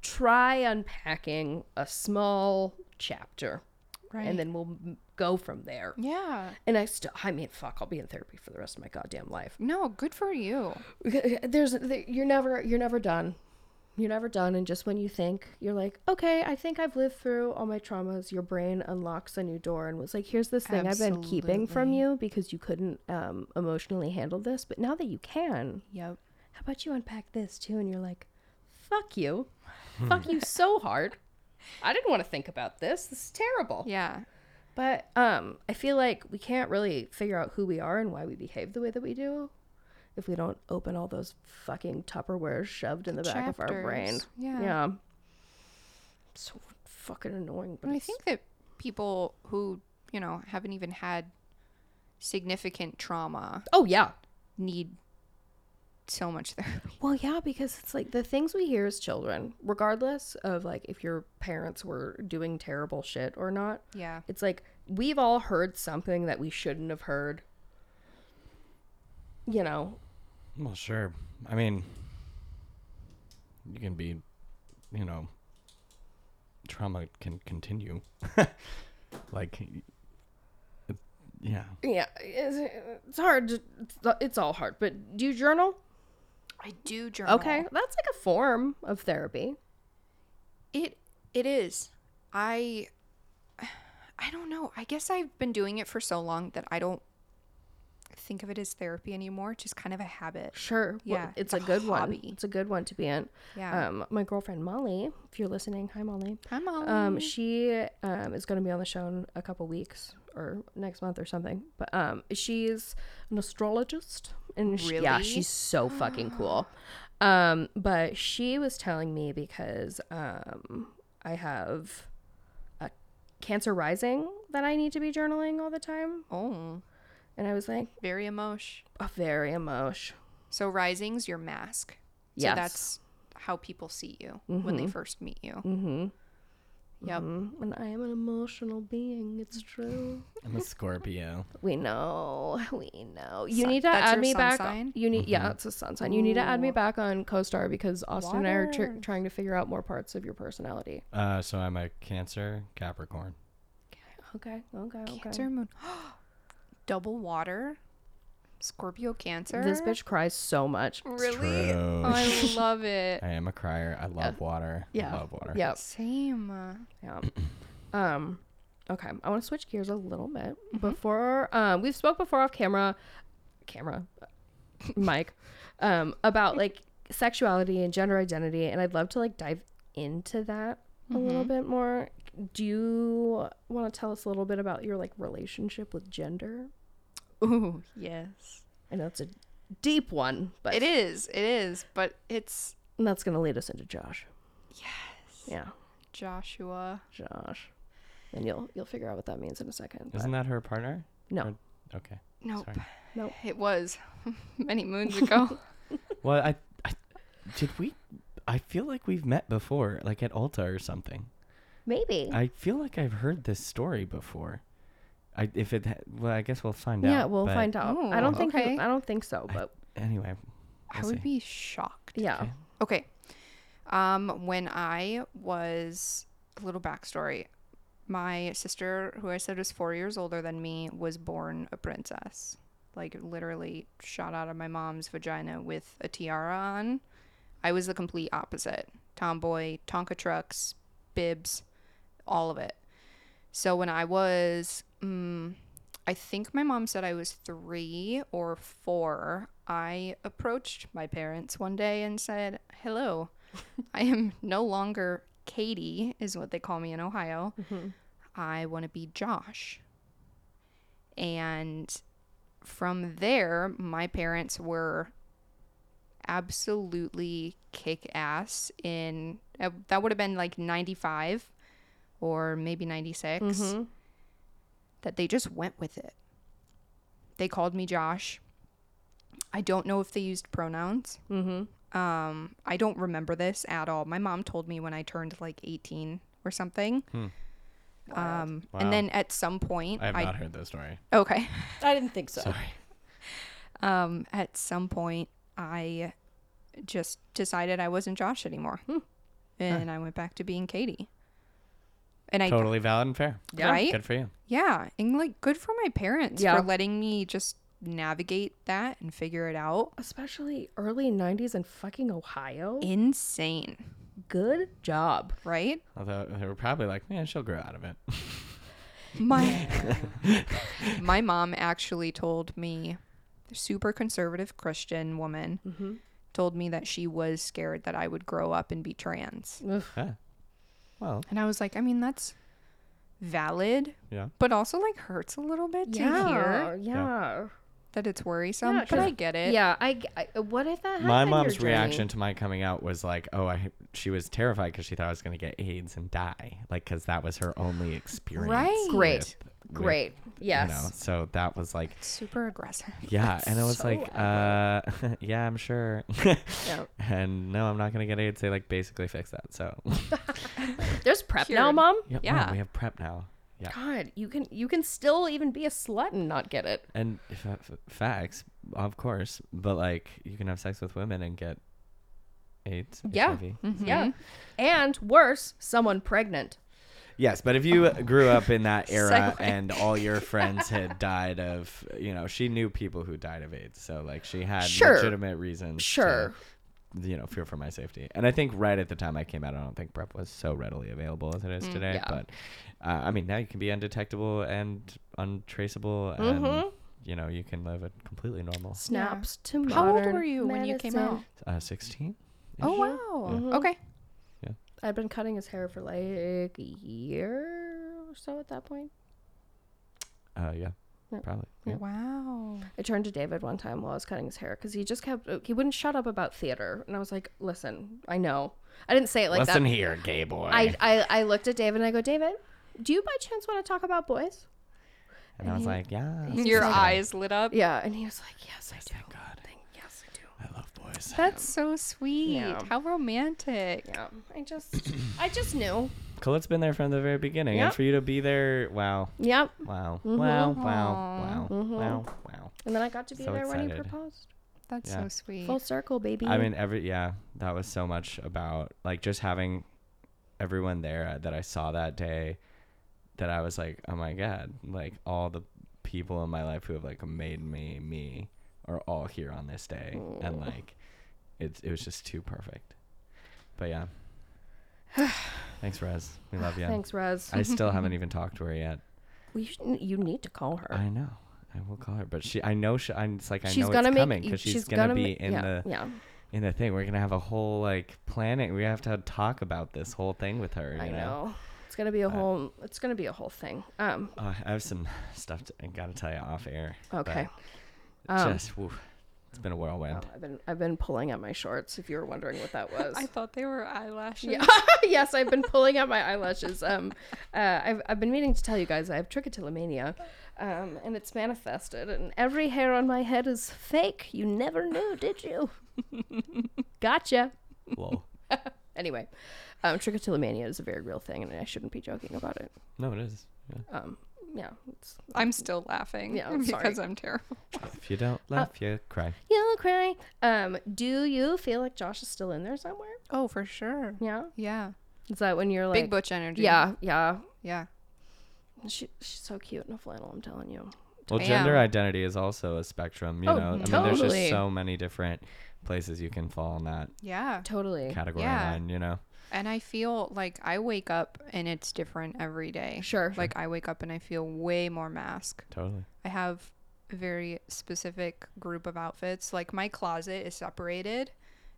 S1: try unpacking a small chapter
S3: right
S1: and then we'll m- go from there.
S3: yeah
S1: And I still, I mean, fuck, I'll be in therapy for the rest of my goddamn life
S3: no good for you
S1: [laughs] there's there- you're never you're never done you're never done and just when you think you're like okay i think i've lived through all my traumas your brain unlocks a new door and was like here's this thing i've been keeping from
S3: Absolutely.
S1: you because you couldn't um, emotionally handle this but now that you can
S3: yep
S1: how about you unpack this too and you're like fuck you fuck you so hard i didn't want to think about this this is terrible
S3: yeah
S1: but um, I feel like we can't really figure out who we are and why we behave the way that we do if we don't open all those fucking Tupperware shoved in the back of our brain.
S3: Chapters, yeah.
S1: So fucking annoying. But
S3: And I
S1: it's-
S3: think that people who, you know, haven't even had significant trauma
S1: Oh yeah,
S3: need so much [laughs] therapy.
S1: Well, yeah, because it's like the things we hear as children, regardless of like if your parents were doing terrible shit or not,
S3: Yeah.
S1: it's like we've all heard something that we shouldn't have heard. You know,
S2: Well, sure. I mean, you can be, you know, trauma can continue. [laughs] like, y- yeah.
S1: yeah, it's, it's hard. To, it's all hard. But do you journal?
S3: I do journal.
S1: Okay, that's like a form of therapy.
S3: It it is. I I don't know. I guess I've been doing it for so long that I don't think of it as therapy anymore. It's just kind of a habit.
S1: Sure. Well,
S3: Yeah,
S1: it's,
S3: it's
S1: a,
S3: a
S1: good
S3: hobby.
S1: one. It's a good one to be in.
S3: Yeah.
S1: Um, my girlfriend Molly, if you're listening, hi Molly.
S3: I'm all
S1: Um, she um, is going to be on the show in a couple weeks or next month or something. But um, she's an astrologist, and she, yeah,
S3: Really?
S1: she's so fucking cool. Um, but she was telling me because um, I have a Cancer rising that I need to be journaling all the time,
S3: oh,
S1: and I was like,
S3: very emotion.
S1: oh, very emotion.
S3: So rising's your mask. So
S1: Yes.
S3: that's how people see you when they first meet you.
S1: Mm-hmm.
S3: Yep.
S1: Mm, And I am an emotional being. It's true.
S3: [laughs]
S2: I'm a Scorpio.
S1: We know. [laughs] We know. You
S3: Sun-
S1: need to
S3: that's
S1: add
S3: your
S1: me
S3: sun
S1: back.
S3: sign?
S1: You need. Yeah, it's a sun sign. You need to add me
S3: Ooh.
S1: back on CoStar because Austin and I are tr-
S3: Water.
S1: trying to figure out more parts of your personality.
S2: Uh, so I'm a Cancer, Capricorn.
S1: Okay. Okay. Okay.
S3: Cancer moon. [gasps] Double water. Scorpio Cancer.
S1: This [laughs] bitch cries so much.
S2: It's
S3: Really?
S2: true.
S3: [laughs] I love it.
S2: I am a crier. I love water.
S1: Yeah.
S2: I love water.
S1: Yep.
S3: Same.
S1: Yeah. um. Okay. I want to switch gears a little bit before. Um. We've spoke before off camera, camera, [laughs] Mike, um, about like sexuality and gender identity, and I'd love to like dive into that a little bit more. Do you want to tell us a little bit about your like relationship with gender?
S3: Ooh, yes.
S1: I know it's a deep one, but
S3: It is. It is. But it's
S1: and that's gonna lead us into Josh. Yes. Yeah,
S3: Joshua.
S1: Josh. And you'll you'll figure out what that means in a second. but-
S2: Isn't that her partner?
S1: no. Oh.
S2: Okay.
S3: Nope.
S2: Sorry.
S1: Nope.
S3: It was [laughs] many [laughs] moons ago.
S2: Well, I, I did we. I feel like we've met before, like at Ulta or something.
S1: Maybe.
S2: I feel like I've heard this story before. I if it ha- well, I guess we'll find out.
S1: Yeah, we'll
S2: but
S1: find out. I
S3: Ooh,
S1: don't think you-
S3: Oh, okay.
S1: I don't think so, but
S2: Anyway,
S3: I
S2: We'll
S3: would
S2: see.
S3: be shocked.
S1: yeah.
S2: okay.
S3: Okay. Um, when I was a little backstory, my sister, who I said was four years older than me, was born a princess. Like literally shot out of my mom's vagina with a tiara on. I was the complete opposite. Tomboy, Tonka trucks, bibs, all of it. So when I was, mm, I think my mom said I was three or four, I approached my parents one day and said, Hello, I am no longer Katie, is what they call me in Ohio. I want to be Josh. And from there, my parents were absolutely kick ass in uh, that would have been like 95 or maybe 96 that they just went with it. They called me Josh. I don't know if they used pronouns. Mm-hmm. Um, I don't remember this at all. My mom told me when I turned like 18 or something. Um,
S2: Hmm. Wow.
S3: And then at some point,
S2: I have
S3: I
S2: not heard this story.
S3: okay.
S1: I didn't think so.
S2: Sorry.
S3: Um, at some point, I just decided I wasn't Josh anymore,
S1: Hmm.
S3: and I went back to being Katie. And I
S2: Totally valid and fair.
S1: Yeah.
S3: right,
S2: Good for you.
S3: yeah, and like good for my parents
S1: Yeah.
S3: for letting me just navigate that and figure it out.
S1: Especially early 90s in fucking Ohio.
S3: Insane,
S1: Good job.
S3: right?
S2: Although they were probably like, man, she'll grow out of it. [laughs]
S3: My
S1: [laughs]
S3: my mom actually told me, super conservative Christian woman,
S1: Mm-hmm.
S3: told me that she was scared that I would grow up and be trans.
S2: Huh. Well,
S3: And I was like, I mean, that's valid,
S2: yeah.
S3: but also like hurts a little bit to
S1: Yeah.
S3: hear
S1: Yeah.
S3: that it's worrisome.
S1: Yeah,
S3: but I
S1: sure.
S3: get it.
S1: Yeah, I, g- I- what if that
S2: My
S1: happened your
S2: mom's
S1: journey?
S2: reaction to my coming out was like, "Oh, I." She was terrified because she thought I was going to get AIDS and die, like because that was her only experience.
S3: Right.
S1: Great.
S2: with- with
S1: Great. Yes.
S2: You know, so that was like,
S3: Super aggressive.
S2: yeah. And I was
S1: so
S2: like, uh, [laughs] yeah, I'm sure.
S3: Yep.
S2: [laughs] and no, I'm not going to get AIDS. They like basically fix that. So [laughs]
S1: There's prep now,
S3: Cured.
S1: mom.
S2: yeah,
S3: Yeah.
S2: we have prep now. Yeah.
S1: God, you can you can still even be a slut and not get it.
S2: And f- f- facts, of course, but like you can have sex with women and get AIDS.
S1: Yeah. Mm-hmm.
S2: HIV.
S3: Mm-hmm.
S1: Yeah. And worse, someone pregnant.
S2: Yes, but if you grew up
S1: [laughs]
S2: in that era
S3: Segue.
S2: and all your friends had died of, you know, she knew people who died of AIDS, so like she had
S1: Sure.
S2: legitimate reasons. to,
S1: Sure.
S2: you know, fear for my safety. And I think right at the time I came out, I don't think PrEP was so readily available as it is today.
S1: Mm, yeah.
S2: But uh, I mean, now you can be undetectable and untraceable, and
S3: Mm-hmm.
S1: Mm-hmm.
S2: you know, you can live a completely normal
S1: Snaps to modern
S3: How old were you when you came
S1: medicine. Mm-hmm.
S3: out?
S2: uh, sixteen.
S3: Oh wow. Okay.
S1: I'd been cutting his hair for like a year or so at that point.
S2: Uh, yeah,
S1: Yeah.
S2: probably. Yeah.
S3: Wow.
S1: I turned to David one time while I was cutting his hair because he just kept he wouldn't shut up about theater, and I was like, "Listen, I know." I didn't say it like that.
S2: Listen here, gay boy.
S1: I, I I looked at David and I go, David, do you by chance want to talk about boys?
S2: and I was like, yeah. [laughs]
S3: Your eyes lit up.
S1: Yeah, and he was like, Yes, I do.
S2: Thank God,
S1: Thank- Yes, I do.
S2: I love boys.
S1: [laughs]
S3: That's so sweet.
S1: Yeah.
S3: How romantic.
S1: Yeah, I just I just knew.
S2: Colette's been there from the very beginning, and
S1: Yep. Mm-hmm.
S2: for you to be there, wow,
S1: Yep.
S2: wow, wow, wow, wow,
S1: Mm-hmm.
S2: wow, wow.
S1: And then I got to be
S2: So
S1: there when he
S2: excited.
S1: proposed.
S3: That's
S2: Yeah.
S3: so sweet.
S1: Full circle, baby.
S2: I mean, every yeah, that was so much about like just having everyone there uh, that I saw that day. That I was like, oh my god, like all the people in my life who have like made me me are all here on this day, and like it's it was just too perfect. But yeah,
S1: [sighs]
S2: thanks, Rez. We love you.
S1: Thanks, Rez. [laughs]
S2: I still haven't even talked to her yet.
S1: we should, you need to call her.
S2: I know. I will call her, but she. I know she. I'm. It's like I
S1: she's
S2: know
S1: gonna
S2: it's
S1: make
S2: coming because she's, gonna, be
S1: ma-
S2: in
S1: yeah,
S2: the
S1: yeah.
S2: in the thing. We're gonna have a whole like planet. We have to talk about this whole thing with her. You
S1: I
S2: know.
S1: know. It's gonna be a whole. It's gonna be a whole thing. Um.
S2: Uh, I have some [laughs] stuff to, I gotta tell you off air. but
S1: Okay. um,
S2: just woo, it's been a whirlwind.
S1: I've been I've been pulling at my shorts. If you were wondering what that was.
S3: [laughs] I thought they were eyelashes.
S1: Yeah. [laughs] yes, I've been pulling out my eyelashes. Um, uh, I've, I've been meaning to tell you guys I have trichotillomania, um, and it's manifested, and every hair on my head is fake. You never knew, did
S3: [laughs]
S1: you? gotcha.
S2: Whoa.
S1: [laughs] Anyway, um, trichotillomania is a very real thing, and I shouldn't be joking about it.
S2: No, it is. Yeah.
S1: Um, yeah. It's,
S3: I'm still laughing
S1: Yeah, I'm sorry.
S3: [laughs] because I'm terrible.
S2: If you don't
S1: Uh,
S2: laugh, you cry.
S1: you'll cry. Um, do you feel like Josh is still in there somewhere?
S3: Oh, for sure.
S1: Yeah.
S3: Yeah.
S1: Is that when you're like?
S3: Big butch energy.
S1: Yeah, yeah.
S3: Yeah.
S1: She, she's so cute in a flannel. I'm telling you.
S2: Well,
S3: I
S2: gender
S3: am.
S2: identity is also a spectrum. You
S1: Oh,
S2: know. I mean, there's
S1: totally.
S2: just so many different places you can fall in that
S3: Yeah.
S1: Totally.
S2: category
S3: Yeah.
S2: line. You know.
S3: And I feel like I wake up and it's different every day.
S1: Sure.
S3: Like I wake up and I feel way more mask.
S2: Totally.
S3: I have a very specific group of outfits. Like my closet is separated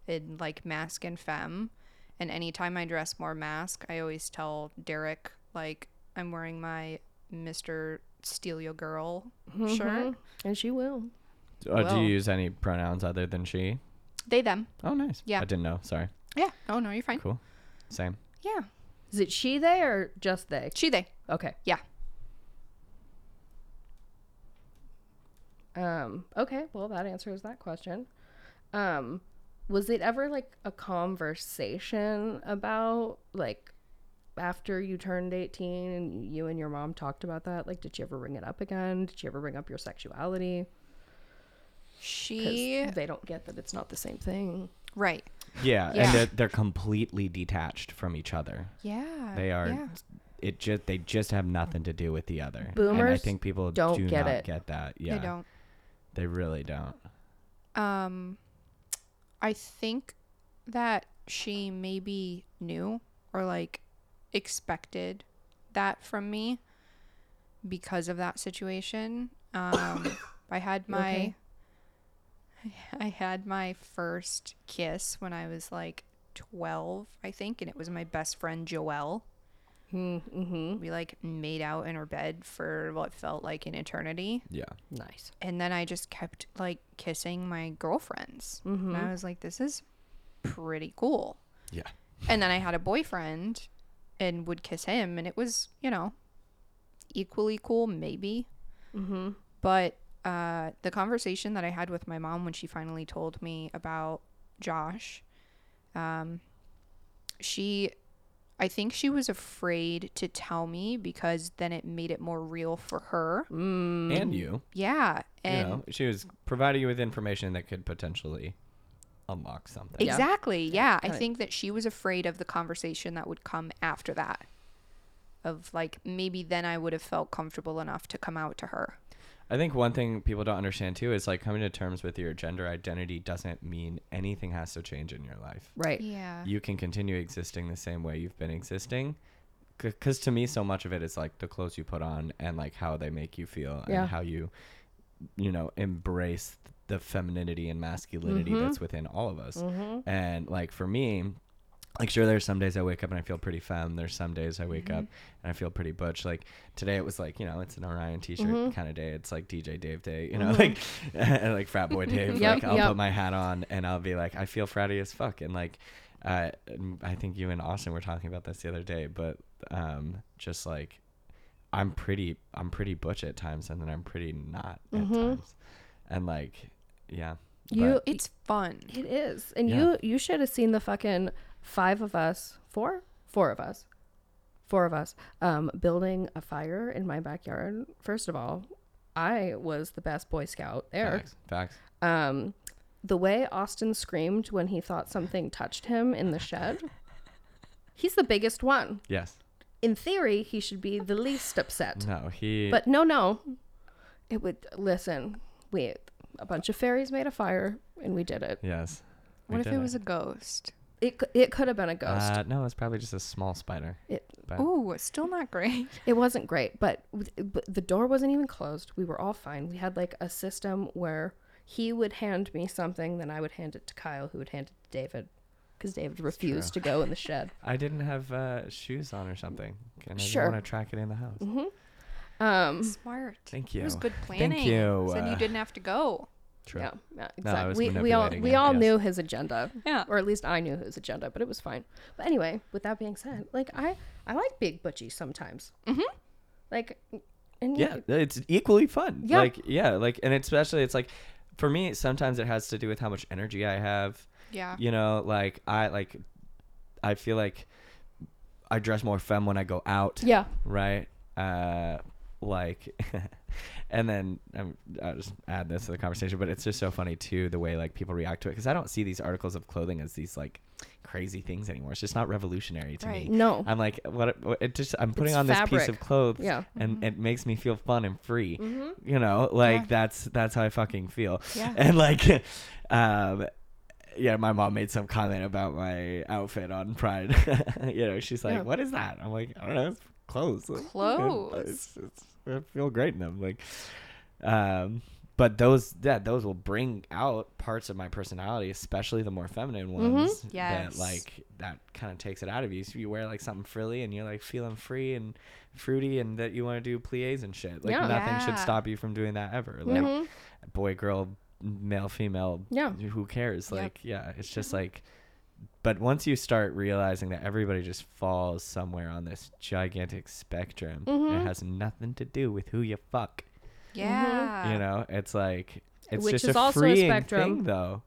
S3: in like mask and femme. And anytime I dress more mask, I always tell Derek, like, I'm wearing my Mr. Steal Your Girl shirt.
S1: And she will.
S2: Uh, do
S3: Well.
S2: you use any pronouns other than she?
S3: They, them.
S2: Oh, nice.
S3: Yeah.
S2: I didn't know. Sorry.
S3: Yeah. Oh, no, you're fine.
S2: Cool. Same.
S3: Yeah.
S1: Is it she they or just they?
S3: She, they.
S1: Okay.
S3: Yeah.
S1: Um, okay, well that answers that question. Um, was it ever like a conversation about like after you turned 18 and you and your mom talked about that? Like did you ever bring it up again? Did you ever bring up your sexuality?
S3: She.
S1: Because they don't get that it's not the same thing.
S3: Right.
S2: Yeah,
S3: Yeah.
S2: and they're, they're completely detached from each other.
S3: Yeah.
S2: They are.
S3: Uh, Yeah.
S2: It just they just have nothing to do with the other. and I
S1: Boomers
S2: think people
S1: don't
S2: do
S1: get
S2: not
S1: it.
S2: get that. Yeah,
S3: They don't.
S2: They really don't.
S3: um i think that she maybe knew or like expected that from me because of that situation um [coughs] i had my
S1: okay?
S3: [laughs] i had my first kiss when i was like 12 i think and it was my best friend joelle
S1: Mm-hmm.
S3: we like made out in her bed for what felt like an eternity
S2: Yeah.
S1: Nice.
S3: and then I just kept like kissing my girlfriends. And I was like, this is pretty cool.
S2: Yeah.
S3: And then I had a boyfriend and would kiss him, and it was, you know, equally cool, maybe. But uh, the conversation that I had with my mom when she finally told me about Josh, um, she, I think she was afraid to tell me because then it made it more real for her.
S2: and you.
S3: Yeah. Mm, And
S2: you know, she was providing you with information that could potentially unlock something.
S1: Yeah.
S3: Exactly. Yeah. I
S1: kinda-
S3: think that she was afraid of the conversation that would come after that. Of like, maybe then I would have felt comfortable enough to come out to her.
S2: I think one thing people don't understand too is like coming to terms with your gender identity doesn't mean anything has to change in your life.
S1: Right.
S3: Yeah.
S2: You can continue existing the same way you've been existing. Because to me, so much of it is like the clothes you put on and like how they make you feel
S1: Yeah.
S2: and how you, you know, embrace the femininity and masculinity that's within all of us. And like for me, like sure there's some days i wake up and i feel pretty femme there's some days i wake up
S1: Mm-hmm.
S2: and i feel pretty butch like today it was like you know it's an orion t-shirt
S1: Mm-hmm.
S2: kind of day it's like dj dave day you know like and like [laughs]
S1: [laughs]
S2: frat boy dave
S1: Yep,
S2: like i'll
S1: yep.
S2: put my hat on and i'll be like i feel fratty as fuck and like uh, and i think you and austin were talking about this the other day but um just like i'm pretty i'm pretty butch at times and then i'm pretty not at times and like yeah
S1: Mm-hmm. You-
S2: but-
S3: It's fun.
S1: It is. And
S2: Yeah.
S1: you you should have seen the fucking five of us, four? Four of us. Four of us um building a fire in my backyard. First of all, I was the best boy scout there.
S2: facts, facts
S1: Um the way Austin screamed when he thought something touched him in the shed. He's the biggest one.
S2: yes
S1: In theory, he should be the least upset.
S2: no he
S1: But no, no. It would listen. We a bunch of fairies made a fire and we did it.
S2: yes
S3: What
S2: we
S3: if
S2: did
S3: it was a ghost?
S1: It c- it could have been a ghost.
S2: Uh, no, it's probably just a small spider.
S1: It-
S2: But
S3: Ooh, still not great.
S1: It wasn't great, but, but the door wasn't even closed. We were all fine. We had like a system where he would hand me something, then I would hand it to Kyle, who would hand it to David, because David refused to go in the shed.
S2: I didn't have uh, shoes on or something, and I
S1: Sure.
S2: didn't want to track it in the house.
S1: Um,
S3: [laughs] Smart.
S2: Thank
S3: Mm-hmm. It was
S2: you.
S3: good
S2: Thank
S3: planning.
S2: you,
S3: Said you
S2: uh,
S3: didn't have to go.
S2: True.
S1: Yeah, yeah,
S2: No, I was
S1: exactly. we, we all
S2: manipulating
S1: we
S2: it,
S1: all
S2: yes.
S1: knew his agenda,
S3: Yeah.
S1: or at least I knew his agenda, but it was fine. But anyway, with that being said, like I I like big butchies sometimes. Mm-hmm. Like, and
S2: Yeah, it's equally fun.
S1: Yeah.
S2: Like yeah, like and especially it's like for me sometimes it has to do with how much energy I have.
S3: Yeah.
S2: You know, like I like I feel like I dress more femme when I go out.
S1: yeah,
S2: right? Uh, like, [laughs] and then um, I'll just add this to the conversation, but it's just so funny too the way like people react to it because I don't see these articles of clothing as these like crazy things anymore. It's just not revolutionary to
S3: Right.
S2: me.
S1: no,
S2: I'm like, what? what- It just I'm putting
S1: It's
S2: on this piece
S1: fabric.
S2: of clothes,
S1: Yeah. Mm-hmm.
S2: and it makes me feel fun and free. You know, like
S3: Mm-hmm. Yeah.
S2: that's that's how I fucking feel.
S3: Yeah.
S2: [laughs] And like, um, yeah, my mom made some comment about my outfit on Pride. [laughs] you know, she's like,
S1: Yeah.
S2: "What is that?" I'm like, "I don't know, it's clothes." [laughs] Like,
S3: Clothes.
S2: It's, it's, I feel great in them. Like, um, but those yeah, those will bring out parts of my personality, especially the more feminine ones.
S3: Mm-hmm. Yes.
S2: That like that kind of takes it out of you. So you wear like something frilly and you're like feeling free and fruity and that you want to do plies and shit. Like
S1: Yeah.
S2: nothing
S3: Yeah. Mm-hmm.
S2: should stop you from doing that ever. Like boy, girl, male, female.
S1: Yeah.
S2: Who cares?
S3: Yep.
S2: Like yeah, it's just like but once you start realizing that everybody just falls somewhere on this gigantic spectrum,
S3: Mm-hmm.
S2: it has nothing to do with who you fuck.
S3: Yeah.
S2: mm-hmm. You know, it's like it's
S1: Uh, Which
S2: just
S1: is
S2: a
S1: also a
S2: freeing
S1: spectrum.
S2: thing, though.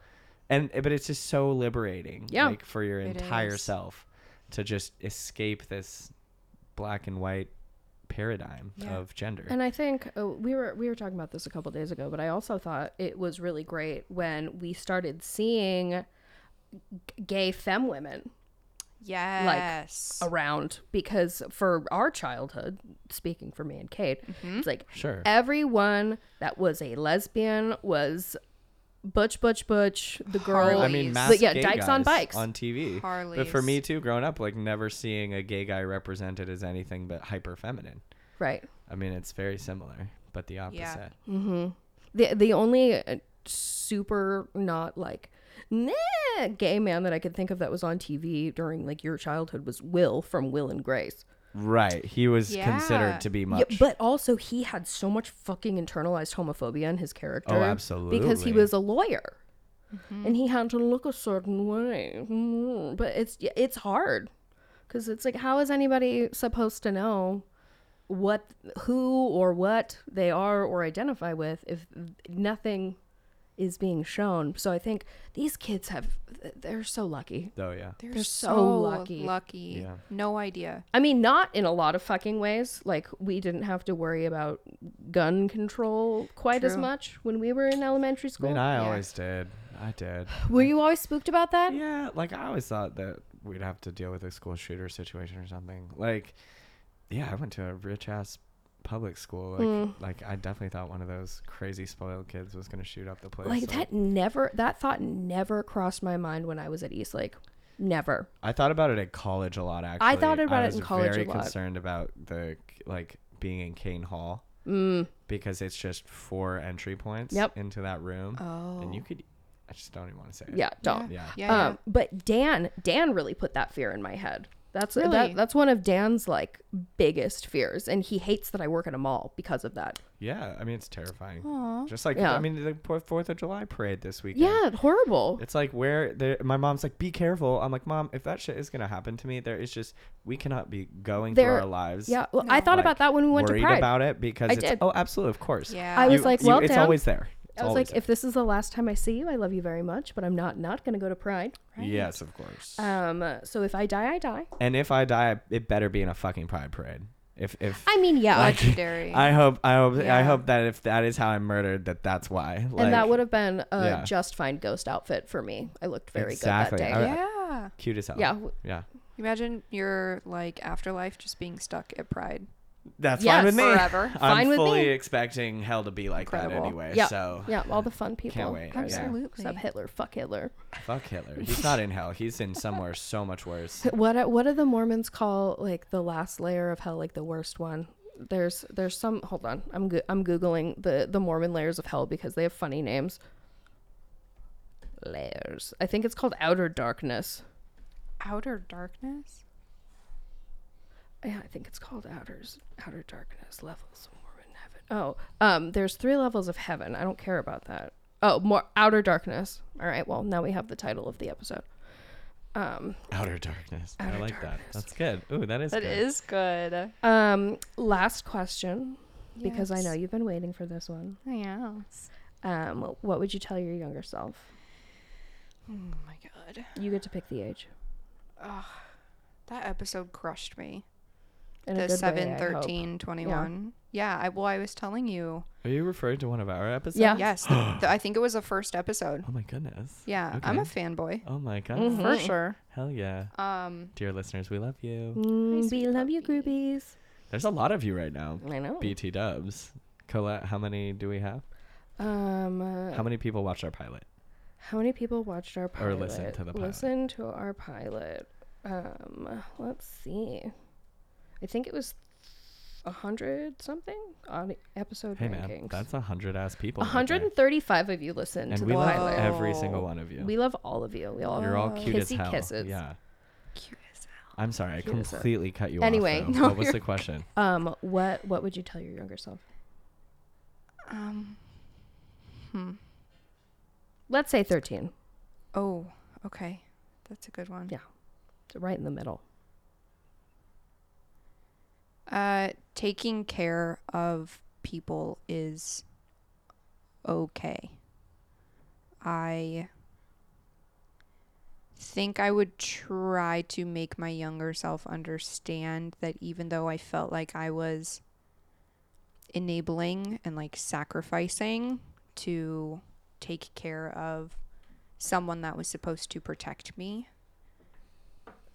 S2: And eh, but it's just so liberating,
S1: Yeah.
S2: like for your
S3: It
S2: entire
S3: is.
S2: self to just escape this black and white paradigm
S3: Yeah.
S2: of gender.
S1: And I think uh, we were we were talking about this a couple days ago, but I also thought it was really great when we started seeing g- gay femme women
S3: Yes.
S1: around because for our childhood, speaking for me and Kate,
S2: Mm-hmm.
S1: it's like
S2: sure,
S1: everyone that was a lesbian was butch butch butch the girl
S2: I
S3: Harley.
S2: mean,
S3: But
S2: masked
S1: yeah,
S2: gay
S1: dykes on
S2: guys
S1: bikes.
S2: on TV. But for
S3: Harleys.
S2: me too, growing up, like never seeing a gay guy represented as anything but hyper feminine.
S1: right.
S2: I mean, it's very similar, but the opposite.
S1: the the only uh, super not like nah, gay man that I could think of that was on TV during like your childhood was Will from Will and Grace.
S2: Right? He was
S3: Yeah.
S2: considered to be much.
S1: Yeah, but also he had so much fucking internalized homophobia in his character. Because he
S2: Oh, absolutely.
S1: was a lawyer. And he had to look a certain way. Mm, But it's it's hard. Cuz it's like how is anybody supposed to know what who or what they are or identify with if nothing is being shown. So I think these kids have they're so lucky.
S2: Oh yeah.
S3: They're,
S1: They're so
S3: so,
S1: lucky.
S3: lucky.
S2: Yeah.
S3: No idea.
S1: I mean, not in a lot of fucking ways. Like we didn't have to worry about gun control quite as
S3: True.
S1: much when we were in elementary
S2: I
S1: school.
S2: mean, I
S3: Yeah.
S2: always did. I did.
S1: were you always spooked about that?
S2: Yeah, like I always thought that we'd have to deal with a school shooter situation or something. Like, yeah, I went to a rich ass public school. Like,
S1: Mm.
S2: like I definitely thought one of those crazy spoiled kids was gonna shoot up the place.
S1: Like that never that thought never crossed my mind when I was at Eastlake. Never.
S2: I thought about it at college a lot. Actually,
S1: I thought about it
S2: was
S1: in college
S2: Very
S1: a lot.
S2: concerned about the like being in Kane Hall because it's just four entry points
S1: Mm. Yep.
S2: into that room,
S3: Oh.
S2: and you could. I just don't even want to say it.
S1: Yeah, don't.
S2: Yeah.
S3: Yeah. yeah.
S2: [laughs]
S1: Um, but Dan, Dan really put that fear in my head. That's that,
S3: Really?
S1: that's one of Dan's like biggest fears, and he hates that I work at a mall because of that.
S2: Yeah, I mean it's terrifying.
S3: Aw.
S2: Just like
S1: Yeah.
S2: I mean the Four- Fourth of July parade this weekend.
S1: Yeah, horrible.
S2: It's like where the, my mom's like, be careful. I'm like, mom, if that shit is gonna happen to me, there is just we cannot be going through
S1: There-
S2: our lives.
S1: Yeah, well, I thought
S2: like,
S1: about that when we went to
S2: worried
S1: Pride.
S2: about it because
S1: I
S2: it's
S1: did.
S2: oh, absolutely, of course.
S3: Yeah.
S1: I was like, well,
S2: it's
S1: Dan-
S2: always there. It's
S1: I was
S2: always
S1: like, if this is the last time I see you, I love you very much, but I'm not not gonna go to Pride.
S2: there. yes, of course.
S1: Um, uh, so if I die, I die.
S2: and if I die, it better be in a fucking pride parade. If if
S1: I mean, yeah,
S2: Like,
S3: Legendary.
S2: I hope I hope I
S3: Yeah.
S2: hope that if that is how I'm murdered, that that's why. Like,
S1: and that would have been a
S2: yeah.
S1: just fine ghost outfit for me. I looked very
S2: Exactly.
S1: good that
S2: I-
S1: day.
S3: yeah.
S2: cute as hell.
S1: Yeah, w-
S2: yeah.
S3: Imagine your like afterlife just being stuck at Pride.
S2: That's
S1: Yes.
S2: fine with me.
S3: Forever.
S1: Fine
S2: I'm
S1: with
S2: fully
S1: me.
S2: expecting hell to be like that
S3: Incredible.
S2: anyway.
S1: Yeah,
S2: So
S1: yeah, all the fun people.
S2: wait. Yeah.
S3: Absolutely.
S1: Except Hitler. Fuck Hitler.
S2: fuck Hitler. He's not in hell. He's in somewhere so much worse.
S1: What what do the Mormons call like the last layer of hell, like the worst one? There's there's some. Hold on, I'm go- I'm googling the the Mormon layers of hell because they have funny names. Layers. I think it's called outer darkness.
S3: Outer darkness.
S1: Yeah, I think it's called outer's outer darkness levels of Mormon heaven. Oh, um, there's three levels of heaven. I don't care about that. Oh, more outer darkness. All right. Well, now we have the title of the episode. Um,
S2: [laughs] Outer darkness. I
S1: Outer
S2: like
S1: darkness.
S2: that. That's good. Ooh, that is
S3: That
S2: good.
S3: is good.
S1: um, last question because I know
S3: Yes.
S1: you've been waiting for this one.
S3: Yes.
S1: Um, what would you tell your younger self?
S3: Oh my god.
S1: You get to pick the age.
S3: That episode crushed me.
S1: In a
S3: the
S1: good way,
S3: 7
S1: I
S3: 13 21 yeah. i well i was telling you
S2: Are you referring to one of our episodes?
S1: Yeah.
S3: yes the, the- i think it was the first episode
S2: Oh my goodness.
S3: yeah i'm a
S2: Okay.
S3: fanboy
S2: Oh my god.
S1: Mm.
S3: for sure
S2: Hell yeah.
S3: um
S2: Dear listeners, we love
S1: hope.
S2: you.
S1: Mm,
S3: Nice
S1: we love you,
S3: puppy.
S1: groupies.
S2: There's a lot of you right now.
S1: I know.
S2: BT dubs. Colette, how many do we have?
S1: Um, uh,
S2: How many people watched our pilot?
S1: how many people watched our pilot?
S2: Or listened to the pilot.
S1: Listen to our pilot. Um, let's see. I think it was a hundred something on episode
S2: Hey man,
S1: rankings.
S2: that's a hundred ass people.
S1: A
S2: right there.
S1: hundred and thirty-five of you listened to
S2: and
S1: the
S2: we love
S1: pilot.
S2: every
S3: Whoa.
S2: single one of you.
S1: We love all of you. We all
S2: You're all cute as
S1: kissy
S2: hell.
S1: kisses.
S2: Yeah.
S3: cute as hell
S2: I'm sorry, I
S1: Cute as hell.
S2: completely cut you
S1: Anyway,
S2: off. though.
S1: no,
S2: what was
S3: you're
S2: the question?
S1: Um, what what would you tell your younger self?
S3: um hmm.
S1: Let's say thirteen.
S3: oh okay that's a good one
S1: Yeah. It's right in the middle.
S3: uh taking care of people is okay i think I would try to make my younger self understand that even though I felt like I was enabling and like sacrificing to take care of someone that was supposed to protect me,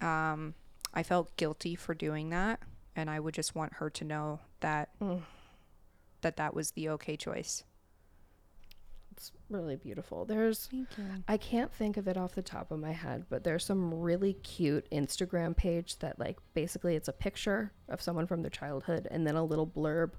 S3: um, I felt guilty for doing that, and I would just want her to know that that that was the okay choice.
S1: It's really beautiful. There's
S3: Thank you.
S1: I can't think of it off the top of my head, but there's some really cute Instagram page that like basically it's a picture of someone from their childhood and then a little blurb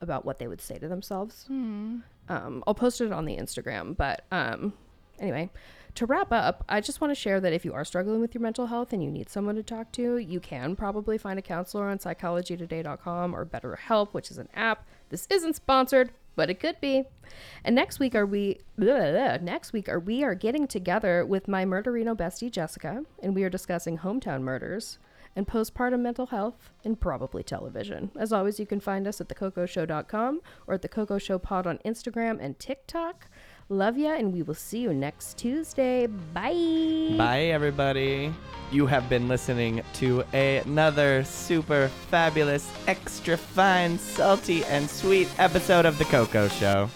S1: about what they would say to themselves.
S3: Hmm.
S1: Um, I'll post it on the Instagram, but um, anyway, to wrap up, I just want to share that if you are struggling with your mental health and you need someone to talk to, you can probably find a counselor on psychologytoday.com or BetterHelp, which is an app. This isn't sponsored, but it could be. And next week are we blah, blah, blah. next week are we are getting together with my murderino bestie Jessica, and we are discussing hometown murders. and postpartum mental health, and probably television. As always, you can find us at thecocoshow.com or at the Coco Show Pod on Instagram and TikTok. Love ya, and we will see you next Tuesday. Bye.
S2: Bye, everybody. You have been listening to another super fabulous, extra fine, salty, and sweet episode of The Coco Show.